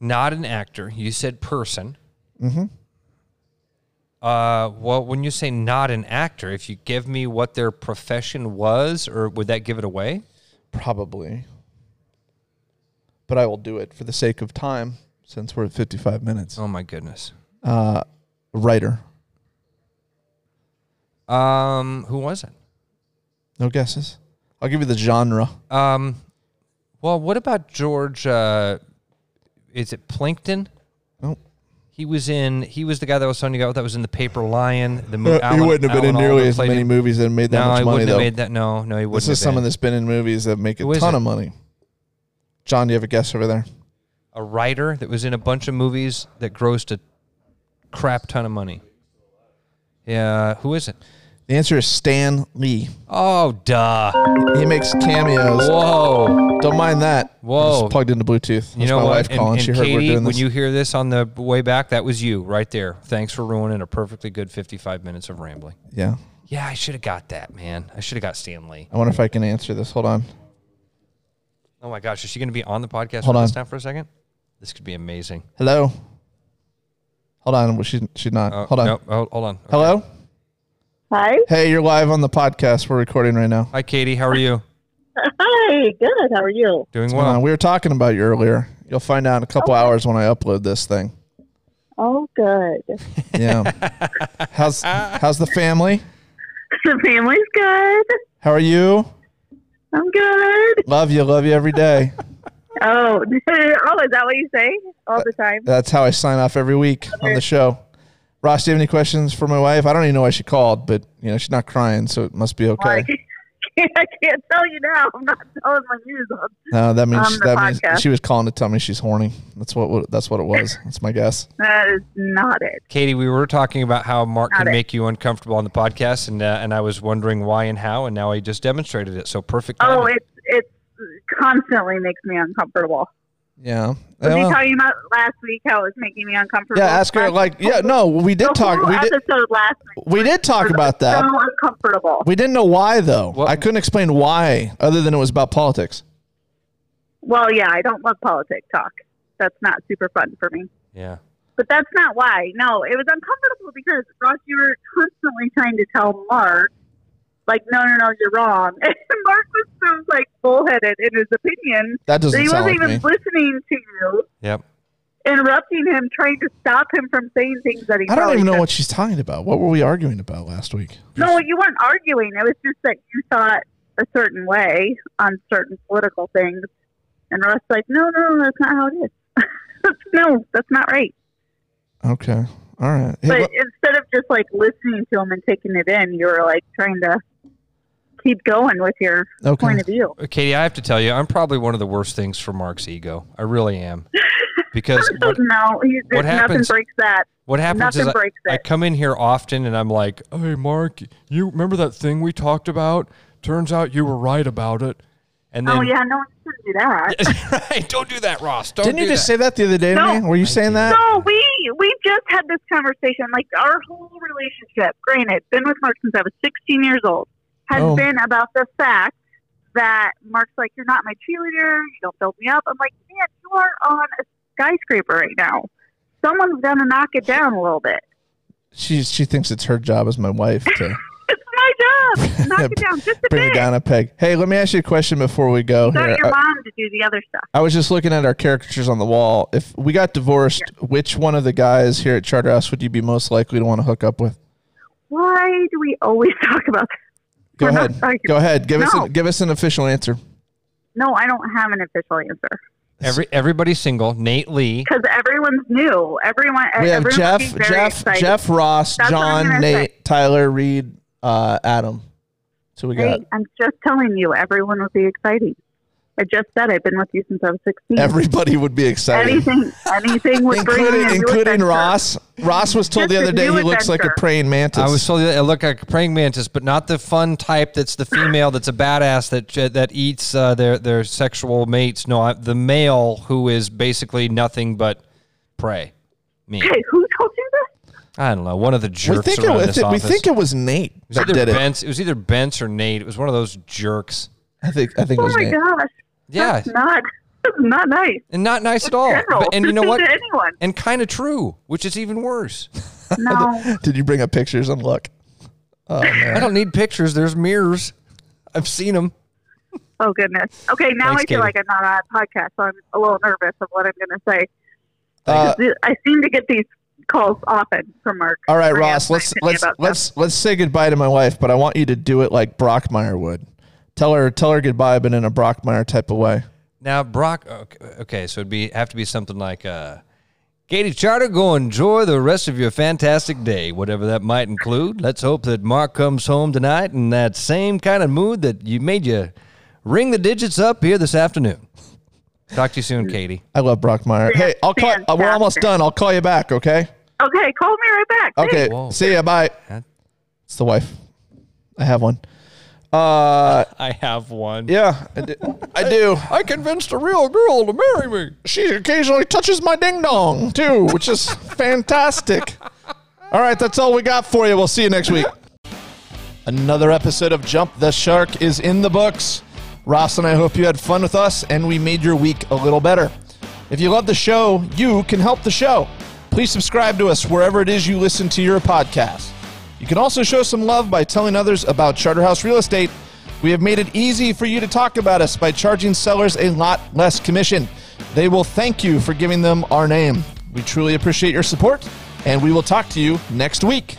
not an actor. You said person. Mm-hmm. Uh, well, when you say not an actor, if you give me what their profession was, or would that give it away?
Probably. But I will do it for the sake of time, since we're at 55 minutes.
Oh my goodness.
Writer.
Um, who was it?
No guesses. I'll give you the genre.
Um, well, what about George? Uh, is it Plankton?
Oh.
He was in. He was the guy that was telling you about that was in the Paper Lion.
Uh,
The movie.
he wouldn't have been in nearly as many movies and made that
No,
much
he
money,
wouldn't
though.
have made that. No, no, he wouldn't.
this
have
is someone
been.
that's been in movies that make a
Who is
ton
it?
of money. John, do you have a guess over there?
a writer that was in a bunch of movies that grossed a crap ton of money. Yeah, who is it?
The answer is Stan Lee.
Oh, duh.
He makes cameos.
Whoa.
Don't mind that.
Whoa.
It's plugged into Bluetooth. That's
You know
my
what?
wife
And-
calling.
and
she heard
Katie,
we're doing this.
when you hear this on the way back, that was you right there. Thanks for ruining a perfectly good 55 minutes of rambling.
yeah.
Yeah, I should have got that, man. I should have got Stanley.
I wonder if I can answer this. Hold on.
Oh my gosh, is she going to be on the podcast
Hold
for this
on.
time for a second? This could be amazing.
Hello. Hold on. Well, She, she's not.
Oh,
Hold on.
no, hold, hold on. Okay.
Hello?
Hi.
Hey, you're live on the podcast. We're recording right now.
Hi, Katie. How are you?
Hi. Good. How are you?
Doing
Uh,
well.
we were talking about you earlier. You'll find out in a couple hours when I upload this thing.
Oh, good.
Yeah. how's how's the family?
The family's good.
How are you?
I'm good.
Love you, love you every day.
Oh, oh, is that what you say all the time?
That's how I sign off every week on the show. Ross, do you have any questions for my wife? I don't even know why she called, but you know she's not crying, so it must be Uh, okay.
Like, I can't tell you now. I'm not telling my news on.
no, that means
on the
that means
podcast.
she was calling to tell me she's horny. That's what that's what it was. That's my guess.
That is not it.
Katie, we were talking about how Mark
Got
can
it.
make you uncomfortable on the podcast, and uh, and I was wondering why and how, and now he just demonstrated it. So perfect.
Oh,
timing.
it's it's constantly makes me uncomfortable.
Yeah.
Was
Well,
he talking about last week how it was making me uncomfortable?
yeah, ask her
Last-
like yeah, no, we
the
did talk
whole
we did
episode last week.
we did talk
was
about that.
So uncomfortable.
We didn't know why though.
What-
I couldn't explain why, other than it was about politics.
Well, yeah, I don't love politic talk. That's not super fun for me.
yeah.
But that's not why. No, it was uncomfortable because Ross, you were constantly trying to tell Mark, like, no, no, no, you're wrong. And Mark was so like bullheaded in his opinion
That
that
doesn't
he
sound
wasn't
like
even
me.
listening to you,
Yep.
interrupting him, trying to stop him from saying things that he.
I don't
probably
even know
should-
what she's talking about. What were we arguing about last week?
No, you weren't arguing. It was just that you thought a certain way on certain political things, and Russ like, no, no, that's not how it is. no, that's not right.
Okay. All right. Hey,
But
what-
instead of just like listening to him and taking it in, you were like trying to keep going with your
Okay.
point of view.
Uh, Katie, I have to tell you, I'm probably one of the worst things for Mark's ego. I really am. because
So,
what,
no, he,
what
nothing
happens-
breaks that.
what happens
Nothing
is I,
breaks it.
I come in here often and I'm like,
Oh, Hey, Mark, you remember that thing we talked about? Turns out you were right about it.
and
Oh
then
yeah, no one should do that.
right, don't do that, Ross. Don't
Didn't
do
you just
that.
say that the other day to
No.
me? Were you saying that?
No, we we just had this conversation. Like our whole relationship, granted, been with Mark since I was 16 years old, has
Oh.
been about the fact that Mark's like, "You're not my cheerleader. You don't build me up." I'm like, "Man, you are on a skyscraper right now. Someone's gonna knock it down a little bit.
She she thinks it's her job as my wife to
It's my job. Knock it down just a
bring
bit.
it down a peg. Hey, let me ask you a question before we go
Got
here. Uh,
your
I-
mom to do the other stuff.
I was just looking at our caricatures on the wall. If we got divorced, which one of the guys here at Charterhouse would you be most likely to want to hook up with?
Why do we always talk about this?
Go
We're not
ahead.
talking-
Go ahead. Give us
No.
a, give us an official answer.
No, I don't have an official answer
Every everybody's single. Nate Lee.
because everyone's new. Everyone.
We have
everyone's
Jeff,
being very
Jeff,
excited.
Jeff Ross,
That's what I'm
John,
gonna
Nate, Tyler, Reed, uh, Adam. So we got
Hey, I'm just telling you, everyone would be exciting. I just said I've been with you since I was 16.
everybody would be excited,
anything, anything would bring me a
including
new
including
adventure.
Ross. Ross was told the
Just a
other day he
new
looks like a
adventure.
praying mantis.
I was told that I look like a praying mantis, but not the fun type. That's the female. That's a badass. That that eats uh, their their sexual mates. No, I, the male who is basically nothing but prey. Me.
Hey, who told you this?
I don't know. One of the
we
jerks
think it
around
was
this
we
office.
think it was Nate
was
that
either
did it.
Bence, it was either Bence or Nate. It was one of those jerks.
I think I think it
Oh
was
my
Nate.
gosh.
Yeah.
That's not, that's not nice.
And not nice at all.
General.
But- and you know
to
what?
anyone.
And kind of true, which is even worse.
No.
Did you bring up pictures and look? Oh man.
I don't need pictures. There's mirrors. I've seen them.
Oh, goodness. Okay, now
Thanks,
I feel
Katie.
like I'm not on a podcast, so I'm a little nervous of what I'm going to say.
Uh,
I seem to get these calls often from Mark.
All right,
Bring up
Ross.
my
Let's
opinion
let's
about
let's
stuff.
let's say goodbye to my wife, but I want you to do it like Brockmeyer would. Tell her tell her goodbye, but in a Brockmeyer type of way.
Now, Brock. Okay, okay, so it'd be have to be something like, uh, "Katie Charter, go enjoy the rest of your fantastic day, whatever that might include. Let's hope that Mark comes home tonight in that same kind of mood that you made you ring the digits up here this afternoon." Talk to you soon, Katie.
I love Brockmeyer. Hey, I'll call. uh, We're almost
Fantastic.
done. I'll call you back. Okay.
Okay, call me right back. Thanks.
Okay.
Whoa.
See ya. Bye.
That-
It's the wife. I have one. Uh,
I have one.
yeah, I do. I do.
I convinced a real girl to marry me.
She occasionally touches my ding dong too, which is fantastic. All right, that's all we got for you. We'll see you next week. Another episode of Jump the Shark is in the books. Ross and I hope you had fun with us and we made your week a little better. If you love the show, you can help the show. Please subscribe to us wherever it is you listen to your podcast. You can also show some love by telling others about Charterhouse Real Estate. We have made it easy for you to talk about us by charging sellers a lot less commission. They will thank you for giving them our name. We truly appreciate your support, and we will talk to you next week.